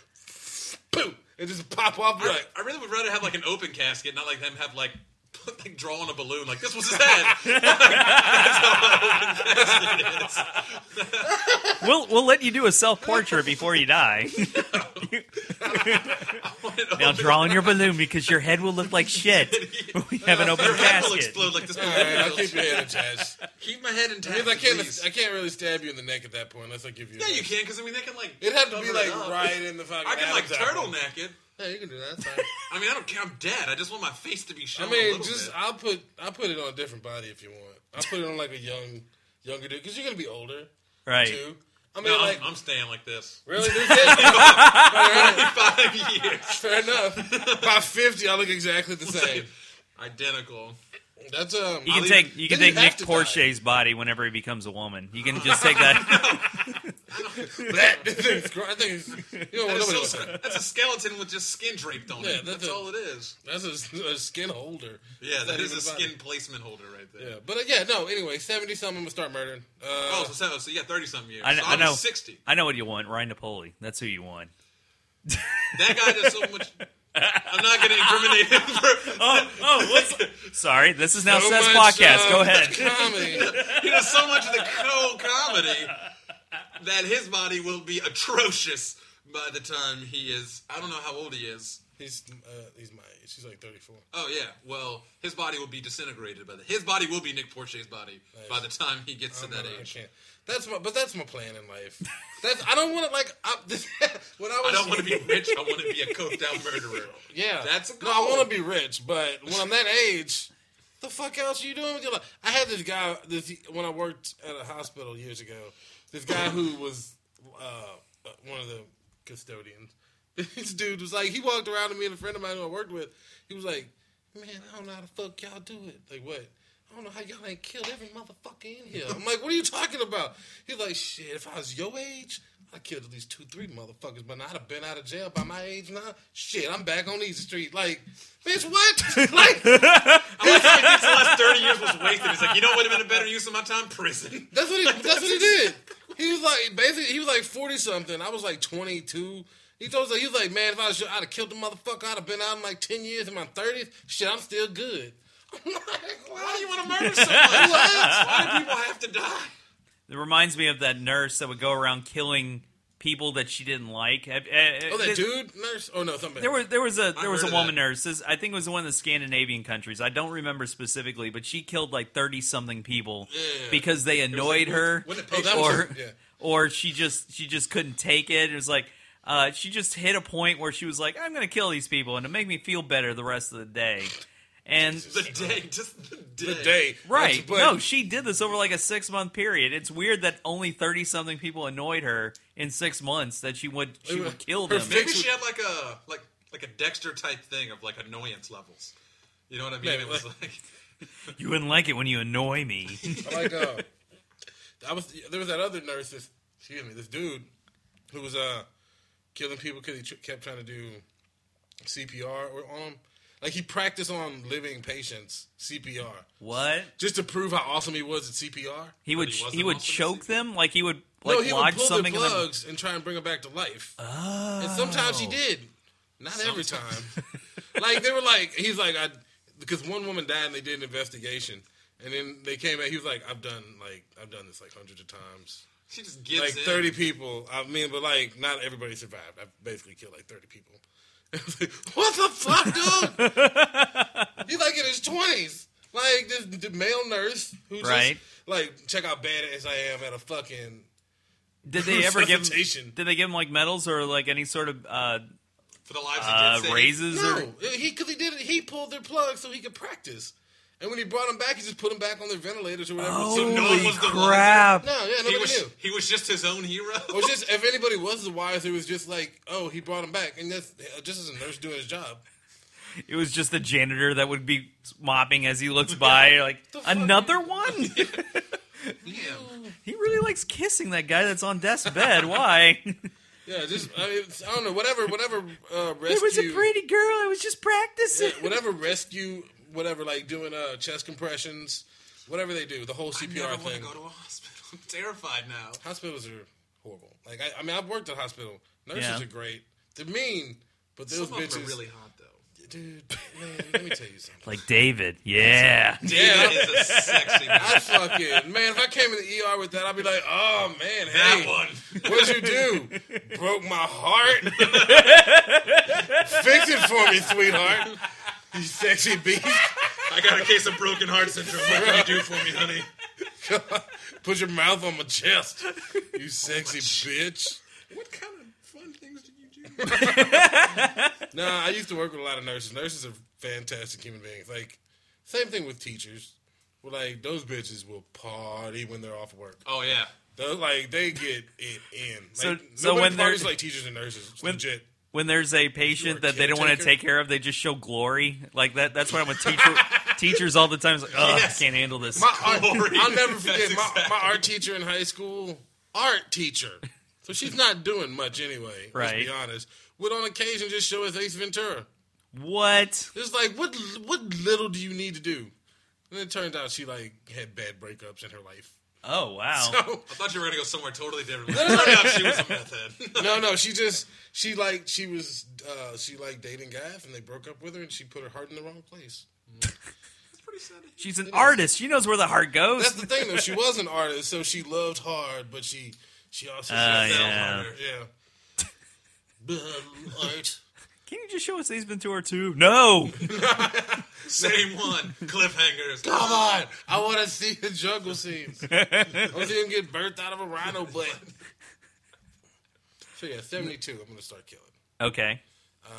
S2: boom, it just pop off. You're
S3: I,
S2: like
S3: I really would rather have like an open casket, not like them have like like drawing a balloon. Like this was his head.
S1: we'll we'll let you do a self portrait before you die. now draw on your balloon because your head will look like shit. We have an open
S3: Your head will
S1: casket.
S3: explode like this
S2: all
S3: balloon.
S2: right, I'll
S3: will.
S2: keep your head attached.
S3: Keep my head intact.
S2: Because I can't,
S3: please.
S2: I can't really stab you in the neck at that point unless I give you.
S3: Yeah, you can because I mean they can like.
S2: It'd have to be
S3: cover
S2: like
S3: it up.
S2: right in the fucking.
S3: I can like
S2: appetizer.
S3: turtleneck it.
S2: Yeah, you can do that. That's fine.
S3: I mean, I don't care. I'm dead. I just want my face to be shown.
S2: I
S3: a
S2: mean,
S3: little
S2: just
S3: bit.
S2: I'll put I'll put it on a different body if you want. I'll put it on like a young younger dude because you're gonna be older
S1: Right.
S2: too. I mean,
S3: No,
S2: like
S3: I'm, I'm staying like this.
S2: really, this is
S3: Five years,
S2: fair enough. By fifty, I look exactly the same.
S3: identical.
S2: That's um.
S1: You can
S2: I'll
S1: take
S2: even-
S1: you can
S2: then
S1: take Nick
S2: have to die.
S1: Porsche's body whenever he becomes a woman. You can just take that.
S2: That thing's gr- I think it's, you don't want
S3: That
S2: nobody
S3: is
S2: to
S3: so sc-
S2: say.
S3: that's a skeleton with just skin draped on
S2: Yeah,
S3: it.
S2: that's
S3: That's,
S2: a-
S3: all it is.
S2: That's a, a skin holder.
S3: Yeah,
S2: It's
S3: that
S2: not
S3: is a
S2: even body.
S3: skin placement holder right there.
S2: Yeah, but uh, yeah, no. Anyway, seventy something, I'm gonna start murdering. Uh,
S3: Oh, so, so, so yeah, thirty something years.
S1: I,
S3: so
S1: kn- I
S3: I'm
S1: know.
S3: sixty.
S1: I know what you want. Ryan Napoli. That's who you want.
S3: That guy does so much. I'm not going to incriminate him for.
S1: Oh, oh, what's, sorry. This
S3: Oh,
S1: is now
S2: so
S1: Seth's
S2: much,
S1: podcast.
S2: um,
S1: Go ahead.
S2: Comedy.
S3: He does so much of the cold comedy that his body will be atrocious by the time he is. I don't know how old he is.
S2: He's uh, he's my age. He's like thirty four.
S3: Oh yeah, well, his body will be disintegrated by the. His body will be Nick Porsche's body by the time he gets to that
S2: I
S3: age.
S2: can't. That's my, but that's my plan in life. That's I don't want to like. I, when I was,
S3: I don't want to be rich. I want to be a coked out murderer.
S2: Yeah,
S3: that's a
S2: no. I
S3: goal.
S2: want to be rich, but when I'm that age, the fuck else are you doing with your life? I had this guy this when I worked at a hospital years ago. This guy who was uh, one of the custodians. This dude was like, he walked around to me and a friend of mine who I worked with. He was like, "Man, I don't know how the fuck y'all do it. Like what?" I don't know how y'all ain't killed every motherfucker in here. I'm like, what are you talking about? He's like, shit, if I was your age, I killed at least two, three motherfuckers, but I'd have been out of jail by my age now. Shit, I'm back on Easy Street. Like, bitch, what? like,
S3: It's the last thirty years was wasted. It's like you know what would have been a better use of my time? Prison.
S2: That's what he. That's what he did. He was like basically he was like forty something. I was like twenty two. He told us he was like, man, if I was, you, I'd have killed the motherfucker. I'd have been out in like ten years in my thirties. Shit, I'm still good. I'm like,
S3: Why do
S2: what?
S3: you want to murder someone? Why do people have to die?
S1: It reminds me of that nurse that would go around killing people that she didn't like. Have- uh, uh,
S2: Oh, that
S1: this-
S2: dude nurse. Oh no, somebody.
S1: There was there was a there was a
S3: heard of
S1: woman
S3: that.
S1: nurse. This, I think it was one of the Scandinavian countries. I don't remember specifically, but she killed like thirty something people because they annoyed her,
S2: Oh, that was
S1: or
S2: a- yeah.
S1: or she just she just couldn't take it. It was like uh, she just hit a point where she was like, "I'm going to kill these people," and to make me feel better the rest of the day. And
S3: The day, just the day.
S2: the day.
S1: right,
S2: But-
S1: no, she did this over like a six month period. It's weird that only thirty something people annoyed her in six months that she would she would kill
S2: Her
S1: them.
S2: fix-
S3: Maybe she had like a like like a Dexter type thing of like annoyance levels. You know what I mean?
S2: Maybe,
S3: it was
S2: like-
S3: like
S1: You wouldn't like it when you annoy me.
S2: I like uh, I was there was that other nurse. This excuse me, this dude who was uh killing people because he tr- kept trying to do CPR or on 'em. Like he practiced on living patients CPR
S1: what?
S2: just to prove how awesome he was at CPR.
S1: He would
S3: he
S1: he,
S3: wasn't
S1: would
S3: also
S1: choke
S3: deceived?
S1: them like he would like
S2: no, he would
S1: lodge
S2: pull the
S1: something in their
S2: plugs and try and bring them back to life. And sometimes
S1: Oh.
S2: he did, not every time. like they were like, he's like, I because one woman died and they did an investigation, and then they came back. He was like, I've done like I've done this like hundreds of times.
S3: she just gives
S2: like
S3: in.
S2: thirty people. I mean, but like not everybody survived. I basically killed like thirty people. It's like, what the fuck, dude? He's like in his twenties. Like this the male nurse who just
S1: Right.
S2: like check out badass I am at a fucking
S1: Did they ever give him,
S2: Resuscitation.
S1: Did they give him like medals or like any sort of uh,
S3: for the lives
S1: uh,
S3: of kids.
S1: raises or
S2: no. He because he did it. He pulled their plug so he could practice. And when he brought them back, he just put them back on their ventilators or whatever. so
S1: Holy
S3: Oh. no one was the one.
S1: crap!
S2: no, yeah, nobody
S3: He was,
S2: knew.
S3: he was just his own hero.
S2: Or just if anybody was the wise, it was just like, oh, he brought him back, and that's just as a nurse doing his job.
S1: It was just the janitor that would be mopping as he looks by, like
S2: The fuck?
S1: another one.
S3: Damn.
S1: he really likes kissing that guy that's on death's bed. Why?
S2: Yeah, just I, mean, it's- I don't know. Whatever, whatever uh, rescue.
S1: it was a pretty girl. I was just practicing.
S2: Whatever rescue, whatever like doing uh, chest compressions, whatever they do, the whole
S3: I
S2: CPR
S3: never want to
S2: thing.
S3: go to a hospital. I'm terrified now.
S2: Hospitals are horrible. Like I, I mean, I've worked at a hospital. Nurses
S1: Yeah.
S2: are great. They're mean, but those
S3: Some of them
S2: bitches.
S3: are really hot though.
S2: Dude, man, let me tell you something.
S1: Like David, yeah.
S3: David
S2: Yeah.
S3: is a sexy. man.
S2: I fucking man, if I came in the ER with that, I'd be like, oh man,
S3: That
S2: hey,
S3: one.
S2: What'd you do? Broke my heart. Fix it for me, sweetheart. You sexy beast.
S3: I got a case of broken heart syndrome. What can you do for me, honey?
S2: Put your mouth on my chest. You sexy bitch.
S3: What kind of fun things did you do?
S2: Nah, I used to work with a lot of nurses. Nurses are fantastic human beings. Like, same thing with teachers. Well, like those bitches will party when they're off work.
S3: Oh yeah.
S2: They're, like they get it in. Like,
S1: So-
S2: nobody
S1: so when they're-
S2: parties like teachers and nurses. It's
S1: When-
S2: legit.
S1: When there's a
S2: You're
S1: patient
S2: a
S1: that they don't want to
S2: caretaker?
S1: take care of, they just show glory. Like that. That's what I'm with teacher, teachers all the time. It's like, oh,
S3: Yes.
S1: I can't handle this.
S2: My art,
S3: Glory.
S2: I'll never
S3: That's
S2: forget my,
S3: exactly-
S2: my art teacher in high school. Art teacher. So she's not doing much anyway. Let's
S1: Right.
S2: be honest. Would on occasion just show us Ace Ventura.
S1: what?
S2: It's like what what little do you need to do? And it turned out she like had bad breakups in her life.
S1: Oh wow.
S2: So
S3: I thought you were gonna go somewhere totally different. It turned out she was a meth head.
S2: no, no, she just she like she was uh, she like dating guys and they broke up with her and she put her heart in the wrong place.
S3: That's pretty sad. to hear.
S1: She's an artist. She knows where the heart goes.
S2: That's the thing though. She was an artist, so she loved hard, but she she also
S1: Ah,
S2: fell
S1: yeah.
S2: harder. Yeah. But art.
S1: Can you just show us Ace Ventura 2? No!
S3: Same one. Cliffhangers.
S2: Come on! I want to see the jungle scenes. I want to see him get birthed out of a rhino butt. So yeah, seventy-two. I'm gonna start killing.
S1: okay.
S2: Uh,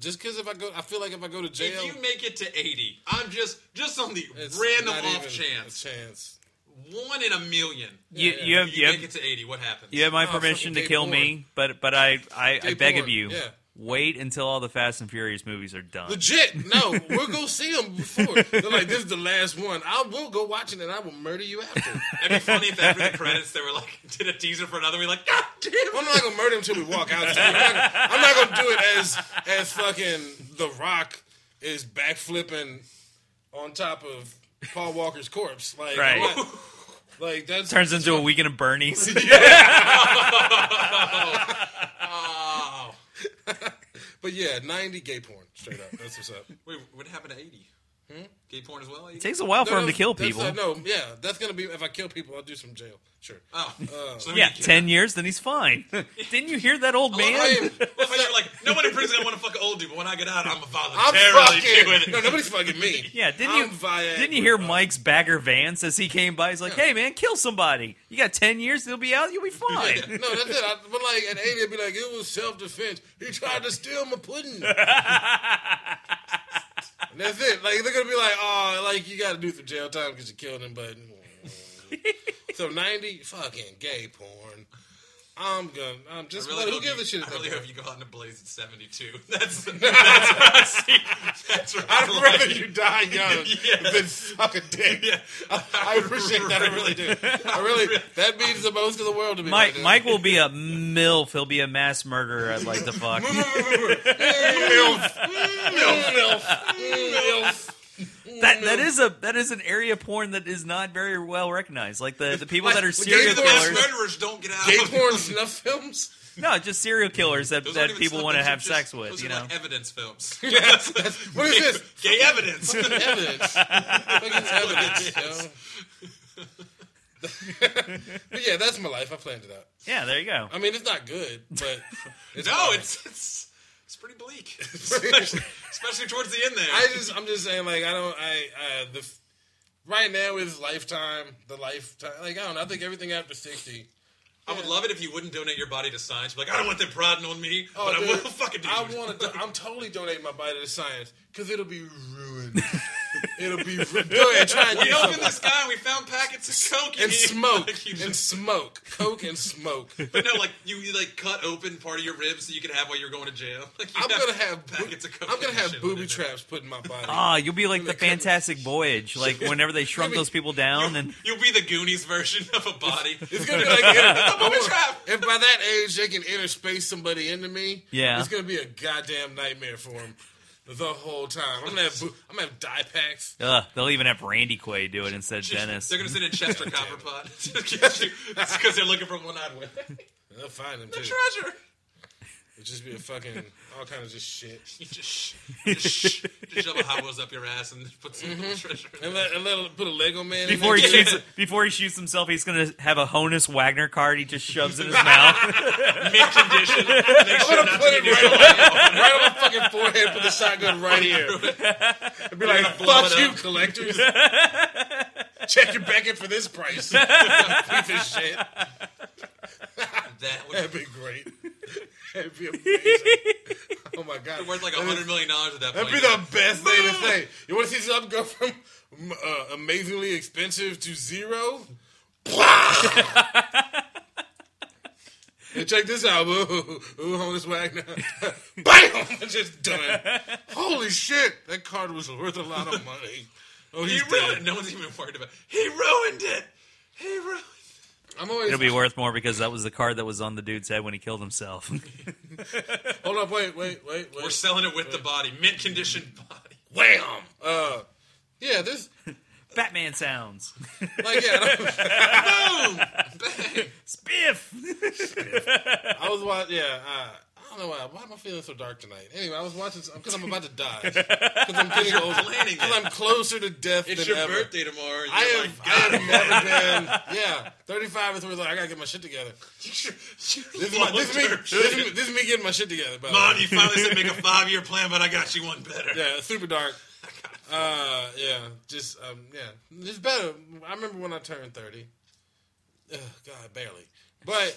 S2: just because if I go, I feel like if I go to jail,
S3: If you make it to 80, I'm just just on the
S2: it's
S3: random
S2: not
S3: off
S2: even
S3: chance,
S2: a chance.
S3: one in a million.
S1: You,
S2: Yeah,
S1: you
S2: yeah.
S1: have
S3: You
S1: you
S3: make
S1: have,
S3: it to 80. What happens?
S1: you have my
S2: Oh,
S1: permission
S2: fucking
S1: to
S2: gay
S1: kill me, but but I I, I
S2: Gay
S1: beg of
S2: porn,
S1: you,
S2: yeah.
S1: wait until all the Fast and Furious movies are done.
S2: Legit, no, we'll go see them before. They're like, this is the last one. I will go watch it, and I will murder you after.
S3: It'd be funny if after the credits they were like did a teaser for another. We like, "Ah!" God damn
S2: I'm
S3: it.
S2: not gonna murder him until we walk out. I'm not, gonna, I'm not gonna do it as as fucking The Rock is backflipping on top of Paul Walker's corpse. Like, I'm
S1: Right.
S2: not- like that's
S1: Turns into a weekend of Bernie's.
S3: Oh,
S2: But yeah, ninety gay porn straight up. That's what's up.
S3: wait, what happened to 80? Gay porn as well. 80?
S1: it takes a while for him to
S2: that's-
S1: kill
S2: that's
S1: people.
S2: not- no, yeah, that's gonna be if I kill people, I'll do some jail. Sure.
S3: Oh, so
S1: yeah,
S3: you-
S1: 10 years, then he's fine. Didn't you hear that old
S3: I love
S1: man?
S3: how you- I love how you're like nobody brings in want to fuck an old dude, but when I get out, I'm
S2: I'm
S3: voluntarily doing
S2: fucking.
S3: it.
S2: No, nobody's fucking me.
S1: Yeah, didn't
S2: I'm
S1: you
S2: Viagra.
S1: didn't you hear Mike's bagger Vance as he came by? He's like, "Hey man, kill somebody. You got ten years. They'll be out. You'll be fine."
S2: Yeah, no, that's it. I, but like at eighty, I'd be like, it was self defense. He tried to steal my pudding. and that's it. Like they're gonna be like, oh, like you got to do some jail time because you killed him. But so ninety fucking gay porn. I'm gonna. I'm
S3: I
S2: just.
S3: really
S2: who
S3: hope
S2: gives
S3: you-
S2: a shit?
S3: I
S2: at
S3: really
S2: that
S3: hope
S2: point?
S3: you go out in a blaze at 72. That's, that's what I see. That's what I
S2: I'd rather
S3: like.
S2: you die young
S3: Yeah.
S2: than suck a dick.
S3: Yeah.
S2: I appreciate that. I really do. I really. That means the most in the world to me. right
S1: Mike
S2: now.
S1: Mike will be a milf. He'll be a mass murderer. I'd like to fuck.
S2: Milf. Milf. Milf. Milf.
S1: That that is a that is an area of porn that is not very well recognized. Like the, the people that are
S2: Like,
S1: serial
S2: gay porn is
S3: Mass
S1: killers.
S2: murder-
S3: murderers don't get out.
S2: Gay porn snuff films.
S1: No, just serial killers that,
S3: Those aren't
S1: that
S3: even
S1: people
S3: snuff
S1: want to
S3: films,
S1: have
S3: they're just-
S1: sex with.
S3: those
S1: You
S3: are
S1: know,
S3: like evidence films.
S2: What is this?
S3: Gay evidence.
S2: evidence. Fucking evidence, yo. but yeah, that's my life. I planned it out.
S1: yeah, there you
S3: Oh,
S1: go.
S2: I mean, it's not good, but it's
S3: no,
S2: fine.
S3: it's it's it's pretty bleak, especially, especially towards the end there.
S2: I just, I'm just saying, like, I don't, I, uh, the, f- right now is lifetime, the lifetime. Like, I don't know. I think everything after sixty.
S3: I would love it if you wouldn't donate your body to science. Like I don't want them prodding on me,
S2: Oh,
S3: but
S2: dude,
S3: I will fucking do.
S2: I
S3: it.
S2: want to. I'm totally donating my body to science because it'll be ruined. it'll be ruined. Go ahead, try and
S3: We
S2: do
S3: opened
S2: something.
S3: this guy and we found packets of coke in
S2: And
S3: here.
S2: smoke,
S3: Like, you
S2: and
S3: just-
S2: smoke, coke and smoke.
S3: but no, like you, you like cut open part of your ribs so you could have while you're going to jail. Like you
S2: I'm gonna have boo-
S3: packets of coke.
S2: I'm gonna
S3: and
S2: have
S3: shit
S2: booby
S3: in there.
S2: traps put in my body.
S1: Ah, you'll be like the
S2: Like, come-
S1: Fantastic Voyage. Like whenever they shrunk
S2: Give me-
S1: those people down, and
S3: You'll be the Goonies version of a body.
S2: It's gonna be like a
S3: booby trap.
S2: If by that age they can interspace somebody into me,
S1: Yeah.
S2: it's gonna be a goddamn nightmare for him the whole time. I'm gonna have boo- I'm gonna have die packs.
S1: ugh, they'll even have Randy Quaid do it instead of Dennis.
S3: They're gonna send in Chester Copperpot to get you because they're looking for one-eyed women.
S2: They'll find him too.
S3: Treasure.
S2: It'll just be a fucking all kind of just shit.
S3: You just, you just, sh- just shove a hot wheels up your ass and put some
S2: Mm-hmm.
S3: little treasure. In
S2: And
S3: it.
S2: let, and let him put a Lego man
S1: Before
S2: in
S1: he
S2: there.
S1: shoots, before he shoots himself, he's gonna have a Honus Wagner card. He just shoves in his mouth.
S3: Mint condition. Make sure
S2: Put
S3: not to
S2: it
S3: be
S2: right, on, right on my fucking forehead. Put the shotgun right here. And be like,
S3: gonna blow
S2: "Fuck
S3: it
S2: you,
S3: up."
S2: collectors! Check your Beckett for this price. Piece of shit.
S3: that would
S2: That'd be great. That'd be amazing. oh my god,
S3: be worth like a
S2: That'd-
S3: hundred million dollars at that point.
S2: That'd be the best thing to say. You want to see something go from mm, uh, amazingly expensive to zero? hey, check this out. Ooh, ooh, Honus Wagner. Bam! Just done. Holy shit! That card was worth a lot of money. Oh,
S3: He
S2: he's
S3: ruined.
S2: dead.
S3: it. No one's even worried about. it. He ruined it. He ruined. it.
S2: I'm always.
S1: It'll be worth more because that was the card that was on the dude's head when he killed himself.
S2: Hold up! Wait! Wait! Wait!
S3: We're
S2: Wait!
S3: selling it with the body, mint condition
S2: Mm-hmm.
S3: body.
S2: Wham! Uh, yeah. This
S1: Batman sounds.
S2: like yeah. I don't-
S3: Bang.
S1: Spiff.
S2: I was watching. Yeah, uh, I don't know why. Why am I feeling so dark tonight? Anyway, I was watching because I'm about to die. Because I'm getting older.
S3: planning it.
S2: Because I'm closer to death
S3: It's
S2: than
S3: your
S2: ever.
S3: birthday tomorrow. And
S2: I
S3: you're
S2: have,
S3: like,
S2: I have never been. Yeah, 35 is where it's like, I gotta get my shit together. This is, my, this, is me, this, is me, this is me getting my shit together. By the
S3: Mom,
S2: way.
S3: you finally said make a five year plan, but I got you one better.
S2: Yeah, super dark. Uh, yeah, just um, yeah, it's better. I remember when I turned thirty. Ugh, God, barely, but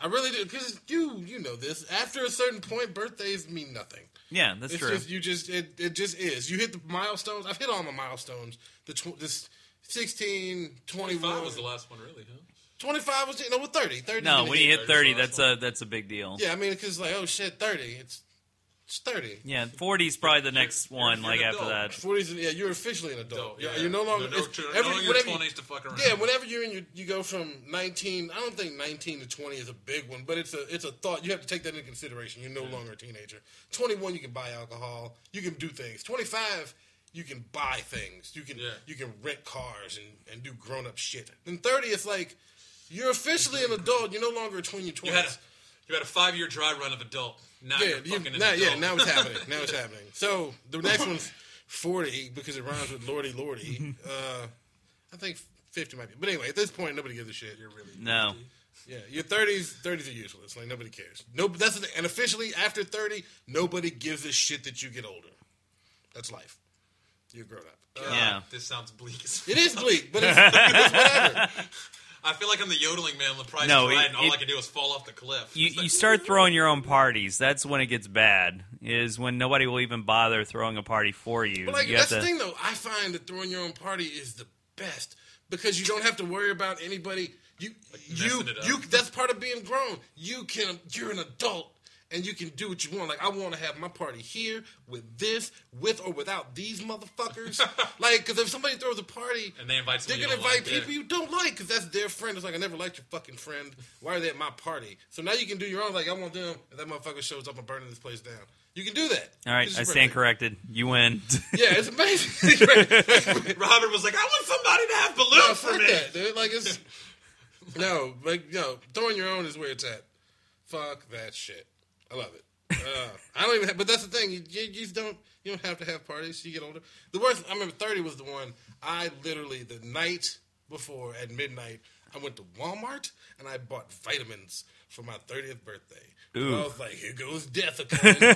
S2: I really do because you you know this. After a certain point, birthdays mean nothing.
S1: Yeah, that's
S2: It's
S1: true.
S2: just you just it, it just is. You hit the milestones. I've hit all my milestones. The tw- this 16, 21,
S3: Five was the last one, really, huh?
S2: 25 was no, well, 30. 30 is
S1: No,
S2: gonna
S1: when you hit 30,
S3: so
S1: that's
S3: that's
S1: a that's a big deal.
S2: Yeah, I mean, because like, oh shit, 30. It's it's 30.
S1: Yeah, 40 is probably the next
S3: you're-
S1: one.
S3: you're
S1: Like
S3: an
S1: after that,
S3: adult.
S2: 40s, yeah, you're officially an adult.
S3: yeah.
S2: You're, you're no longer.
S3: No,
S2: it's-
S3: no,
S2: every-
S3: no, your
S2: whatever-
S3: 20s to fuck around.
S2: Yeah, whenever you're in your, you go from 19. I don't think 19 to 20 is a big one, but it's a it's a thought. You have to take that into consideration. You're no longer a teenager. 21, you can buy alcohol. You can do things. 25, you can buy things. You can
S3: Yeah.
S2: you can rent cars and, and do grown up shit. Then 30, it's like you're officially an adult. You're no longer between your 20s.
S3: You had a, you had a five year dry run of adult. Now
S2: Yeah,
S3: you're
S2: you-
S3: fucking an
S2: now,
S3: adult.
S2: yeah, now it's happening. Now it's happening. So the next one's forty because it rhymes with lordy lordy. Uh, I think fifty might be, but anyway, at this point, nobody gives a shit. You're really
S1: no.
S2: yeah. Your thirties, thirties are useless. Like nobody cares. No, that's the, thing. and officially after thirty, nobody gives a shit that you get older. That's life. You're grown up. Uh,
S3: God,
S1: Yeah.
S3: This sounds bleak as
S2: it is bleak, but it's, it's whatever.
S3: I feel like I'm the yodeling man. The price
S1: No,
S3: is right,
S1: it-
S3: and all
S1: it-
S3: I can do is fall off the cliff.
S1: You,
S3: It's like,
S1: you start throwing your own parties. That's when it gets bad. Is when nobody will even bother throwing a party for you.
S2: But like
S1: you
S2: that's
S1: have
S2: the
S1: to-
S2: thing though. I find that throwing your own party is the best because you don't have to worry about anybody. You you
S3: messing it up.
S2: you. That's part of being grown. You can. You're an adult. And you can do what you want. Like I want to have my party here with this, with or without these motherfuckers. like, because if somebody throws a party
S3: And they invite
S2: they're
S3: someone
S2: gonna
S3: you don't
S2: invite
S3: like, yeah.
S2: people you don't like because that's their friend. It's like I never liked your fucking friend. Why are they at my party? So now you can do your own. Like I want them. If that motherfucker shows up, I'm burning this place down. You can do that.
S1: All right,
S2: It's
S1: I
S2: just
S1: stand
S2: perfect.
S1: corrected. You win.
S2: Yeah, it's amazing.
S3: Robert was like, I want somebody to have
S2: no,
S3: balloons for
S2: fuck
S3: me.
S2: that, dude. Like it's no, like no, throwing your own is where it's at. Fuck that shit. I love it. Uh, I don't even. Have, but that's the thing. You, you you just don't. You don't have to have parties. You get older. The worst. I remember thirty was the one. I literally the night before at midnight. I went to Walmart and I bought vitamins for my thirtieth birthday.
S1: Ooh.
S2: I was like, here goes death. a coming."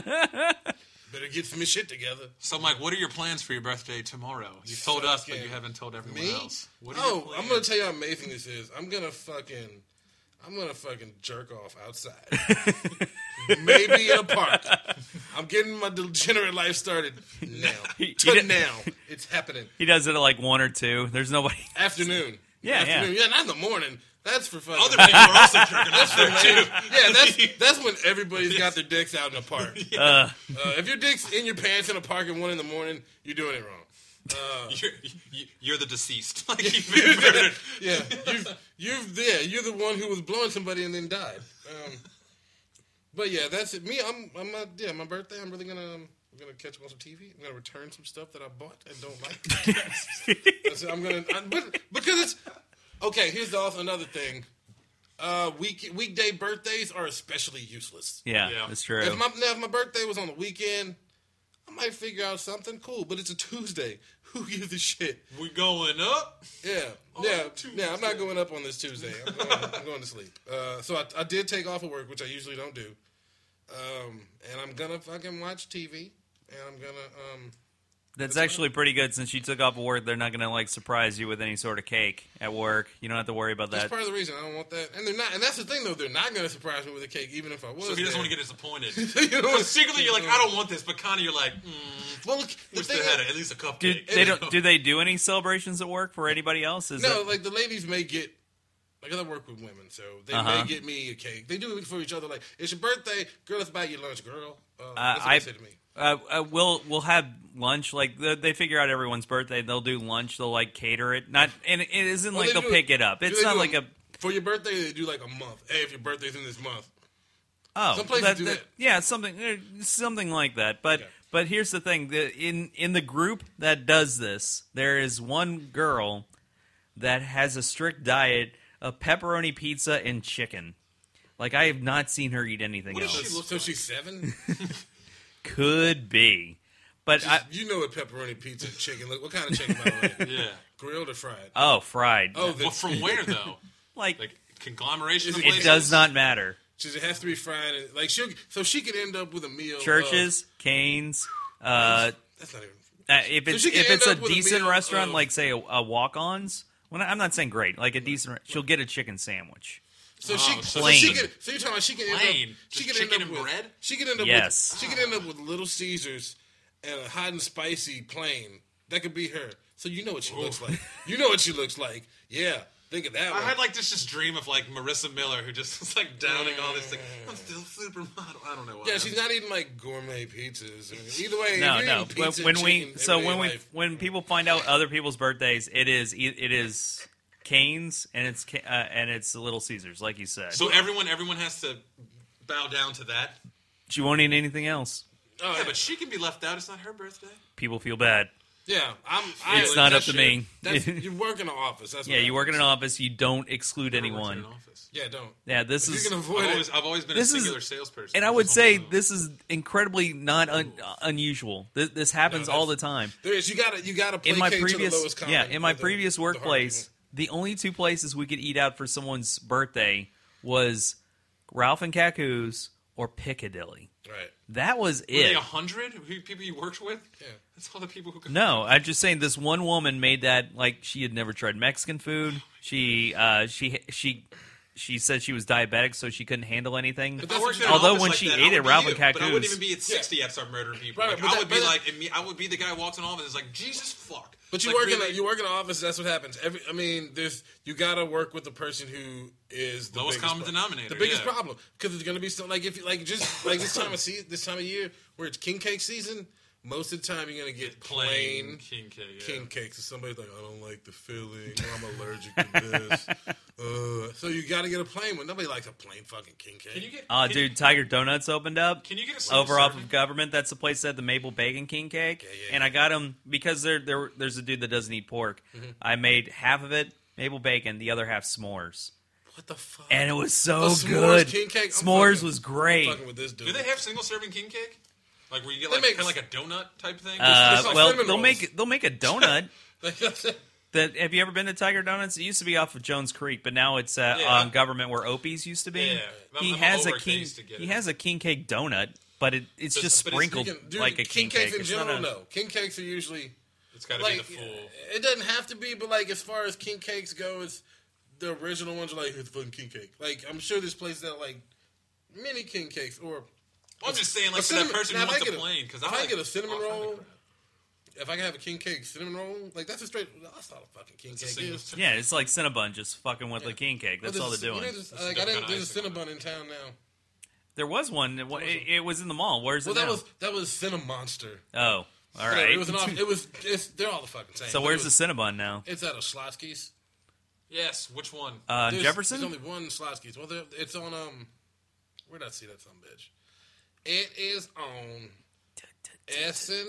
S2: Better get some shit together.
S3: So, Mike, what are your plans for your birthday tomorrow? You told us, but
S2: Fucking
S3: you haven't told everyone
S2: Me?
S3: else. What are your
S2: oh, I'm
S3: plans?
S2: gonna tell you how amazing this is. I'm gonna fucking, I'm gonna fucking jerk off outside. Maybe in a park. I'm getting my degenerate life started now.
S1: He-
S2: To
S1: he did-
S2: now, it's happening.
S1: he does it at like one or two. There's nobody.
S2: Afternoon.
S1: Yeah,
S2: afternoon. Yeah, not in the morning. That's for fucking.
S3: Other people are also jerking off there, too.
S2: yeah, that's that's when everybody's got their dicks out in the park.
S1: Uh,
S2: Uh, if your dick's in your pants in a park at one in the morning, you're doing it wrong.
S3: You're, you- you're the deceased. Like, you've been murdered.
S2: Yeah, you've, you've yeah, you're the one who was blowing somebody and then died. Um, but yeah, that's it. Me, I'm, I'm not, yeah, my birthday. I'm really gonna, um, I'm gonna catch up on some TV. I'm gonna return some stuff that I bought and don't like. that's it. I'm gonna, I, but because it's okay. Here's also another thing. Uh, week weekday birthdays are especially useless.
S1: yeah,
S3: Yeah.
S1: that's true.
S2: If my now, if my birthday was on the weekend, I might figure out something cool. But it's a Tuesday. Who gives a shit?
S3: We going up?
S2: Yeah, yeah,
S3: Tuesday.
S2: yeah. I'm not going up on this Tuesday. I'm going, I'm going to sleep. Uh, so I, I did take off of work, which I usually don't do. Um, and I'm gonna fucking watch TV, and I'm gonna um,
S1: That's actually pretty good since you took off work. They're not going to like surprise you with any sort of cake at work. You don't have to worry about
S2: That's
S1: that.
S2: part of the reason I don't want that. And they're not. And that's the thing, though. They're not going to surprise me with a cake, even if I was.
S3: So he doesn't want
S2: there.
S3: to get disappointed.
S2: You know what-
S3: Because secretly you're like, I don't want this, but kind of you're like, mm,
S2: Well, look, the
S3: wish they
S2: thing
S3: had
S2: is-
S3: at least a cupcake.
S1: do they don't? Do they do any celebrations at work for anybody else? Is
S2: No,
S1: that,
S2: like the ladies may get. Like I work with women, so they
S1: Uh-huh.
S2: may get me a cake. They do it for each other. Like it's your birthday, girl. Let's buy you lunch, girl. Uh, that's what
S1: I-
S2: they said to me.
S1: uh, uh, we'll we'll have lunch. Like the, they figure out everyone's birthday, they'll do lunch. They'll like cater it. Not and it isn't
S2: Well,
S1: like
S2: they
S1: they'll
S2: do
S1: pick it up.
S2: do
S1: It's
S2: they
S1: not
S2: do
S1: like a
S2: for your birthday. They do like a month. Hey, if your birthday's in this month,
S1: Oh,
S2: Some places do that.
S1: Yeah, something eh, something like that. But
S2: Okay.
S1: but here's the thing: the, in in the group that does this, there is one girl that has a strict diet of pepperoni pizza and chicken. Like I have not seen her eat anything
S3: What is
S1: else.
S3: She looks
S2: so she's seven.
S1: Could be, but I,
S2: you know what pepperoni pizza and chicken look? What kind of chicken? By the way?
S3: Yeah.
S2: Grilled or fried?
S1: oh, fried.
S2: oh,
S3: Well,
S2: the,
S3: from where, though?
S1: like,
S3: Like, conglomeration of
S2: It
S1: it
S3: places?
S1: does not matter.
S2: she it has to be fried. And, like she, so she could end up with a meal. of-
S1: Churches, Canes. Uh,
S2: that's not even.
S1: Uh, if it's
S2: she could
S1: if
S2: end
S1: it's a
S2: up with a
S1: decent
S2: meal
S1: restaurant,
S2: of-
S1: like say a, a walk-ons. When I, I'm not saying great, like a decent, re- she'll get a chicken sandwich.
S2: So she,
S3: Oh,
S2: so
S1: plain.
S2: she could. So you're talking about she could end
S3: Plain.
S2: up. She
S3: Just
S2: could end
S3: chicken
S2: up
S3: and
S2: with.
S3: bread?
S2: She could end up.
S1: Yes.
S2: With, she could end up with Little Caesars and a hot and spicy plain. That could be her. So you know what she looks like. You know what she looks like. Yeah. Think of that
S3: I
S2: one.
S3: had like this just dream of like Marissa Miller who just was like downing all this like I'm still supermodel. I don't know. Why.
S2: Mm. Yeah, she's not eating like gourmet pizzas. I mean, either way,
S1: No,
S2: if you're
S1: no. When,
S2: eating pizza
S1: when
S2: and
S1: we
S2: chicken
S1: so
S2: every day
S1: when we
S2: of life-
S1: when people find out other people's birthdays, it is e- it is Canes and it's Ca- uh, and it's Little Caesars, like you said.
S3: So everyone, everyone has to bow down to that.
S1: she won't eat anything else.
S2: oh,
S3: Yeah,
S2: yeah,
S3: but she can be left out. It's not her birthday.
S1: People feel bad.
S2: yeah, I'm. I,
S1: It's
S2: like,
S1: not
S2: that
S1: up to
S2: shit-
S1: me.
S2: That's, you work in an office. That's
S1: Yeah,
S2: what
S1: you work in an office. You don't exclude
S3: Everyone works in
S1: anyone.
S3: an office.
S2: Yeah, don't.
S1: Yeah, this
S2: You
S1: is.
S2: can avoid
S3: I've
S2: it.
S3: always, I've always been a
S1: This is-
S3: singular salesperson.
S1: And I
S3: Just
S1: would
S3: home
S1: say
S3: alone.
S1: this is incredibly not un- unusual. This, this happens
S2: No,
S1: all the
S2: that's-
S1: time.
S2: There is. You gotta. You gotta.
S1: in my
S2: placate to the
S1: previous
S2: lowest common
S1: yeah in my
S2: for the-
S1: previous
S2: the hard
S1: workplace the only two places we could eat out for someone's birthday was ralph and Kaku's or piccadilly
S2: people. Right.
S1: that was
S3: Were they
S1: it
S3: a hundred Who- people you worked with.
S2: Yeah.
S3: That's all the people who. Go-
S1: no i'm just saying this
S2: Oh
S1: one woman made that like she had never tried mexican food she uh she she she said she was diabetic, so she couldn't handle anything.
S2: But
S3: I worked in an
S1: Although
S3: office
S1: when
S3: like
S1: she
S3: that,
S1: ate
S3: I would
S1: at
S3: be
S1: Ralph
S3: you,
S1: and
S3: but I wouldn't
S1: Cactus.
S3: even be at sixty yeah. start murdering people.
S2: Right,
S3: Like,
S2: but
S3: I
S2: that-
S3: would be
S2: but that-
S3: like, imme- I would be the guy who walks in office and is like, Jesus fuck.
S2: But you
S3: Like,
S2: work in
S3: really,
S2: a, you work in an office. That's what happens. Every I mean, there's you gotta work with the person who is the
S3: Lowest
S2: biggest
S3: common
S2: pro-
S3: denominator,
S2: The biggest
S3: yeah.
S2: problem because it's gonna be something like if you like just like this time of season, this time of year where it's king cake season. Most of the time, you're gonna get plain,
S3: plain king cake. Yeah.
S2: king cakes. And somebody's like, I don't like the filling. Or I'm allergic to this. Uh, so you gotta get a plain one. Nobody likes a plain fucking king cake.
S3: Can you get?
S1: Uh,
S3: can-
S1: dude, Tiger Donuts opened up.
S3: Can you get a silver
S1: over off
S3: serving?
S1: of government? That's the place that had the maple bacon king cake,
S2: yeah,
S1: and I got them because there there there's a dude that doesn't eat pork.
S2: Mm-hmm.
S1: I made half of it maple bacon, the other half s'mores,
S2: what the fuck?
S1: and it was so
S2: A s'mores
S1: good.
S2: king cake? I'm
S1: S'mores
S2: fucking-
S1: was great.
S2: fucking with this dude.
S3: Do they have single serving king cake? Like where you get
S2: They
S3: like
S2: make-
S3: kind of like a donut type thing?
S1: Uh,
S2: it's like
S1: well,
S2: cinnamon
S1: they'll
S2: rolls.
S1: make they'll make a donut.
S2: have?
S1: That have you ever been to Tiger Donuts? It used to be off of Jones Creek, but now it's uh,
S3: Yeah.
S1: on Government where Opie's used to be.
S3: Yeah. I'm-
S1: He
S3: I'm
S1: has a
S3: over it. They
S1: king
S3: used to get
S1: he
S3: it.
S1: has a king cake donut, but it, it's
S3: But-
S1: just
S3: but it's- you
S1: sprinkled
S2: Dude,
S1: like a king, cake.
S2: cakes in
S1: It's not
S2: general,
S1: a-
S2: no. King cakes are usually
S3: it's got to
S2: like
S3: be the full.
S2: it doesn't have to be, but like as far as king cakes go, it's the original ones are like it's fucking king cake. Like I'm sure there's places that are like mini king cakes or
S3: I'm just saying,
S2: a
S3: like for that
S2: cinnamon-
S3: person
S2: now,
S3: who
S2: if
S3: wants
S2: I
S3: a
S2: get a-
S3: plain, because
S2: if I
S3: like,
S2: get a cinnamon
S3: all kinda
S2: roll,
S3: crap.
S2: if I can have a king cake cinnamon roll, like that's a straight. That's not a fucking king
S3: It's a
S2: cake.
S3: single
S2: Is.
S3: serving.
S1: Yeah, it's like Cinnabon just fucking with a king cake.
S2: Oh,
S1: That's
S2: there's
S1: all
S2: a-
S1: they're
S2: you know,
S1: doing.
S2: there's- like,
S3: some
S2: I didn't.
S3: kind
S2: There's a
S3: of icing on
S2: cinnamon in town now.
S1: There was one. It, it, it was in the mall. Where's
S2: Well,
S1: it
S2: that
S1: now?
S2: was that was cinnamon monster.
S1: oh, all
S2: Whatever,
S1: right.
S2: It was an off. It was. It's, they're all the fucking same.
S1: so
S2: but
S1: where's
S2: it
S1: the
S2: was-
S1: Cinnabon now?
S2: It's out of Schlotsky's.
S3: Yes, which one?
S1: Uh,
S2: There's-
S1: Jefferson.
S2: There's only one Slotsky's. Well, there- it's on um. Where did I see that son of a bitch? It is on Essen,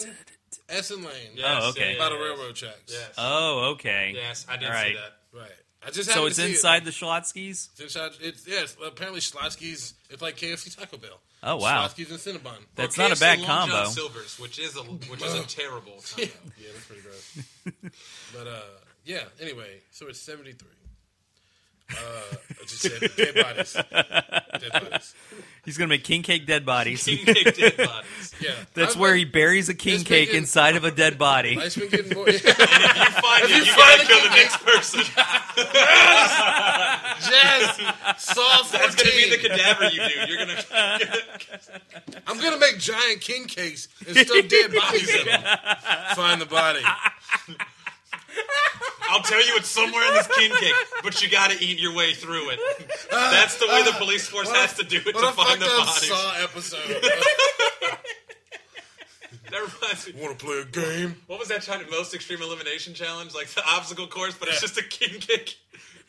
S2: Essen Lane,
S3: Yes,
S1: Oh, okay.
S3: yeah,
S2: by the
S3: yeah, yes.
S2: railroad tracks.
S3: Yes.
S1: Oh, okay.
S3: Yes, I did
S1: All right.
S3: see that.
S2: Right. I just
S1: So
S2: happened
S1: it's
S2: to see it.
S1: inside the Schlotzky's.
S2: It's inside. It's yes. Apparently Slotsky's. It's like KFC Taco Bell.
S1: Oh, wow.
S2: Slotsky's and Cinnabon.
S1: That's
S3: Or
S1: not a
S3: KFC
S1: bad
S3: Long John
S1: combo.
S3: Silver's, which is a which is a terrible.
S2: yeah,
S3: Combo.
S2: that's pretty gross. but uh, yeah. Anyway, so it's seventy three. Uh, I just said dead bodies. Dead bodies.
S1: He's gonna make king cake dead bodies.
S3: King cake dead bodies.
S2: Yeah.
S1: That's
S2: I've
S1: where
S2: been-
S1: he buries a king
S2: It's
S1: cake
S2: making-
S1: inside of a dead body.
S2: I've been getting more. Yeah.
S3: You find it, you gotta kill the next person.
S2: Jazz Saw 14.
S3: That's gonna be the cadaver you do. You're gonna.
S2: I'm going to make giant king cakes and stuff dead bodies in them. Find the body.
S3: I'll tell you it's somewhere in this king cake, but you gotta eat your way through it. That's the way the police force
S2: what a-
S3: has to do it
S2: What
S3: to
S2: a
S3: find
S2: fucked
S3: the
S2: up
S3: bodies.
S2: Saw episode.
S3: That reminds me.
S2: Want to play a game?
S3: What was that China most extreme elimination challenge? Like the obstacle course, but it's just a king cake.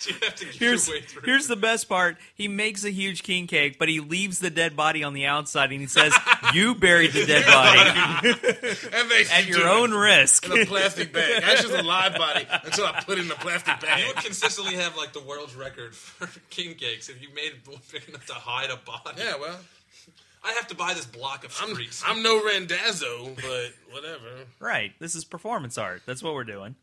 S3: You have to get
S1: Here's,
S3: your way through.
S1: here's the best part. He makes a huge king cake, but he leaves the dead body on the outside and he says, You buried the dead body
S2: And they
S1: at your own risk.
S2: In a plastic bag. That's just a live body until I put it in a plastic
S3: You
S2: bag.
S3: would consistently have like the world's record for king cakes if you made one big enough to hide a body.
S2: Yeah, well,
S3: I have to buy this block of
S2: I'm,
S3: streets.
S2: I'm no Randazzo, but whatever.
S1: Right. This is performance art. That's what we're doing.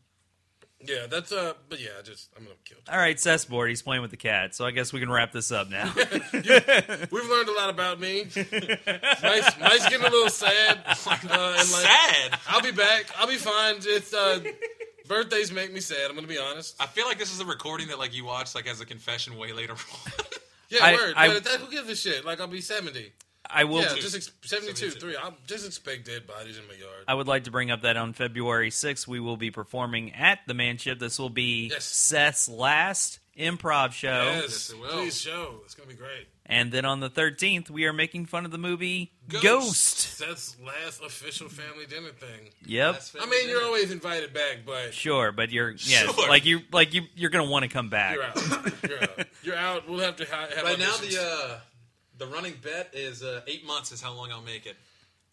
S2: Yeah, that's uh, but yeah, I just I'm gonna kill.
S1: All right, Cessboard, he's playing with the cat, so I guess we can wrap this up now.
S2: We've learned a lot about me. Mike's, Mike's getting a little sad. Uh, and like,
S3: sad.
S2: I'll be back. I'll be fine. It's uh, birthdays make me sad. I'm gonna be honest.
S3: I feel like this is a recording that like you watch like as a confession way later on.
S2: Yeah,
S1: I-
S2: word.
S1: I-
S2: but that, who gives a shit? Like I'll be seventy.
S1: I
S3: Oh,
S1: will.
S2: yeah, just ex- 72,
S3: 72.
S2: three. I'll just expect dead bodies in my yard.
S1: I would like to bring up that on February 6th, we will be performing at the Manship. This will be
S2: Yes.
S1: Seth's last improv show.
S3: yes,
S2: yes,
S3: it will.
S2: please show. It's gonna be great.
S1: And then on the 13th, we are making fun of the movie Ghost.
S3: Ghost.
S2: Seth's last official family dinner thing.
S1: Yep.
S3: That's
S2: I mean, you're
S3: fair.
S2: always invited back, but
S1: Sure, but you're yeah,
S3: Sure.
S1: like you like you you're going to want to come back.
S2: you're out. You're out. You're out. We'll have to ha- have
S3: right now
S2: auditions.
S3: the uh, the running bet is uh, eight months is how long I'll make it.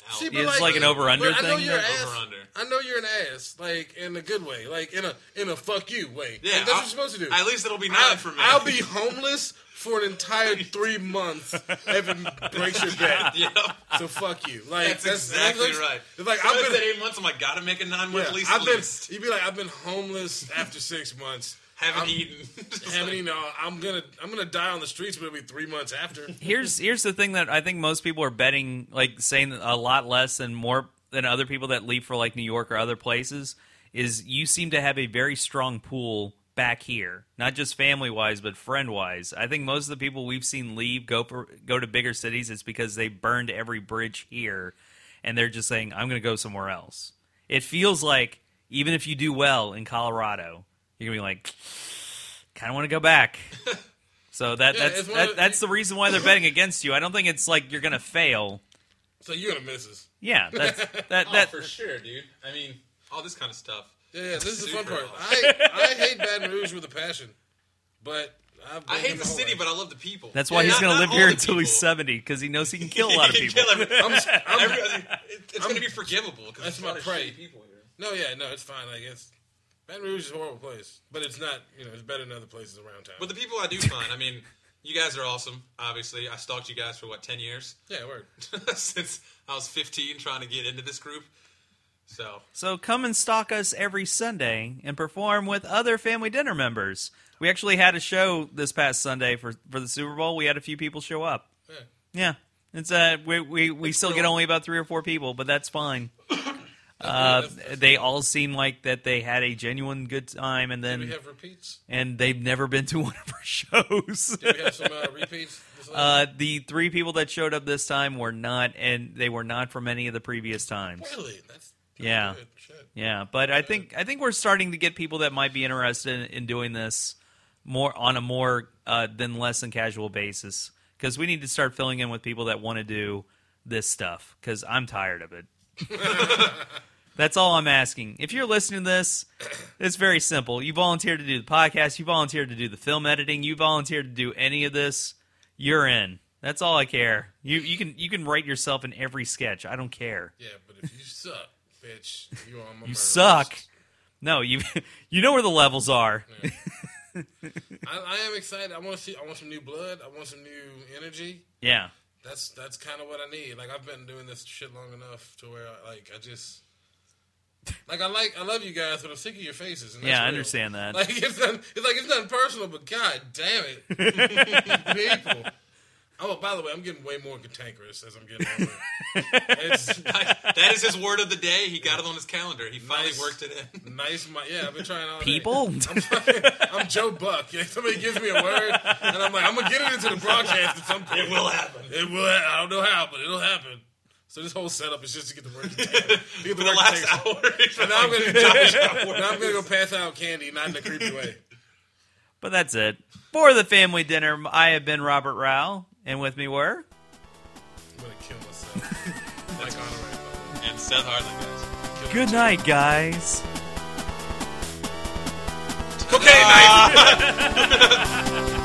S3: Out.
S2: See,
S1: It's like an
S2: uh,
S1: over-under
S2: but I know
S1: thing?
S2: you're an
S1: Yeah,
S2: ass.
S3: over-under.
S2: I know you're an ass, like in a good way, like in a in a fuck you way.
S3: yeah,
S2: Like, that's what
S3: I'll-
S2: you're supposed to do.
S3: At least it'll be nine
S2: I'll,
S3: for me.
S2: I'll be homeless for an entire three months. Evan breaks your back,
S3: Yeah,
S2: so fuck you. Like
S3: that's, exactly
S2: that's-
S3: right.
S2: It's like
S3: I've
S2: I've
S3: been
S2: been.
S3: eight months. I'm like, gotta make a nine month
S2: yeah,
S3: lease.
S2: I've
S3: at
S2: been.
S3: least.
S2: You'd be like, I've been homeless after six months.
S3: haven't
S2: I'm-
S3: eaten. Just
S2: Haven't
S3: like-
S2: eaten. all- I'm gonna. I'm gonna die on the streets, but it'll be three months after.
S1: Here's here's the thing that I think most people are betting like saying a lot less than more than other people that leave for like New York or other places is you seem to have a very strong pool back here, not just family wise, but friend wise. I think most of the people we've seen leave go for, go to bigger cities is because they burned every bridge here, and they're just saying, "I'm going to go somewhere else." It feels like even if you do well in Colorado, you're going to be like, "Kind of want to go back." So that
S2: Yeah,
S1: that's
S2: it's one
S1: that,
S2: of-
S1: that's the reason why they're betting against you. I don't think it's like you're going to fail.
S2: So you're gonna miss us.
S1: Yeah, that's that
S3: Oh,
S1: that
S3: for sure, dude. I mean, all this kind of stuff.
S2: Yeah, yeah, this is the fun
S3: Super
S2: part.
S3: awesome.
S2: I, I hate Baton Rouge with a passion, but I've
S3: I
S2: been
S3: hate
S2: there
S3: the
S2: my whole
S3: city,
S2: life.
S3: but I love the people.
S1: that's why
S3: Yeah,
S1: he's
S3: not-
S1: going to
S3: not
S1: live
S3: all
S1: here
S3: the
S1: until he's
S3: people.
S1: 70 because he knows he can kill a
S3: He
S1: lot of
S3: can
S1: people.
S3: kill every-
S2: I'm, I'm,
S3: every other- it- it's going to be forgivable because
S2: That's
S3: it's
S2: my
S3: not a
S2: prey.
S3: shitty people here.
S2: no, yeah, no, it's fine. Like it's Baton Rouge is a horrible place, but it's not. You know, it's better than other places around town.
S3: But the people I do find, I mean, you guys are awesome. Obviously, I stalked you guys for what ten years
S2: yeah, word.
S3: since I was fifteen, trying to get into this group. So
S1: So come and stalk us every Sunday and perform with other family dinner members. We actually had a show this past Sunday for, for the Super Bowl. We had a few people show up.
S2: Yeah.
S1: Yeah. It's uh we we, we still get
S3: cool.
S1: only about three or four people, but that's fine. Uh,
S2: That's- that's-
S1: they all seem like that they had a genuine good time, and
S2: Do we
S1: then
S2: have repeats?
S1: and they've never been to one of our shows.
S2: Do we have some uh, repeats? This last-
S1: Uh, the three people that showed up this time were not, and they were not from any of the previous times.
S2: really? That's
S1: Uh, yeah.
S2: Good. Shit.
S1: Yeah, but I think I think we're starting to get people that might be interested in, in doing this more on a more uh, than less than casual basis because we need to start filling in with people that want to do this stuff because I'm tired of it. That's all I'm asking. If you're listening to this, it's very simple. You volunteered to do the podcast. You volunteered to do the film editing. You volunteered to do any of this. You're in. That's all I care. You you can you can rate yourself in every sketch. I don't care.
S2: Yeah, but if you suck, bitch, you on my
S1: You suck. No, you you know where the levels are.
S2: I, I am excited. I want to see. I want some new blood. I want some new energy.
S1: Yeah.
S2: That's that's kind of what I need. Like I've been doing this shit long enough to where like I just like I like I love you guys, but I'm sick of your faces. And that's
S1: Yeah, I
S2: real.
S1: understand that.
S2: Like it's not, it's like it's nothing personal, but god damn it, people. Oh, by the way, I'm getting way more cantankerous as I'm getting older. it's
S3: that is his word of the day. He got it on his calendar. He finally
S2: Nice.
S3: worked it in.
S2: nice, my yeah. I've been trying all day.
S1: People?
S2: I'm Joe Buck. Yeah, somebody gives me a word, and I'm like, I'm gonna get it into the broadcast at some point.
S3: It will happen.
S2: It will. ha- I don't know how, but it'll happen. So this whole setup is just to get the word. contained. To get the,
S3: For the
S2: word
S3: last
S2: contained.
S3: hour,
S2: And now I'm gonna now I'm gonna go pass out candy, not in a creepy way.
S1: But that's it. For the family dinner, I have been Robert Rowell, and with me were
S2: I'm gonna kill myself. like honorary.
S3: and Seth Harlan, guys.
S1: Good night, guys.
S3: Ah. Cocaine knife.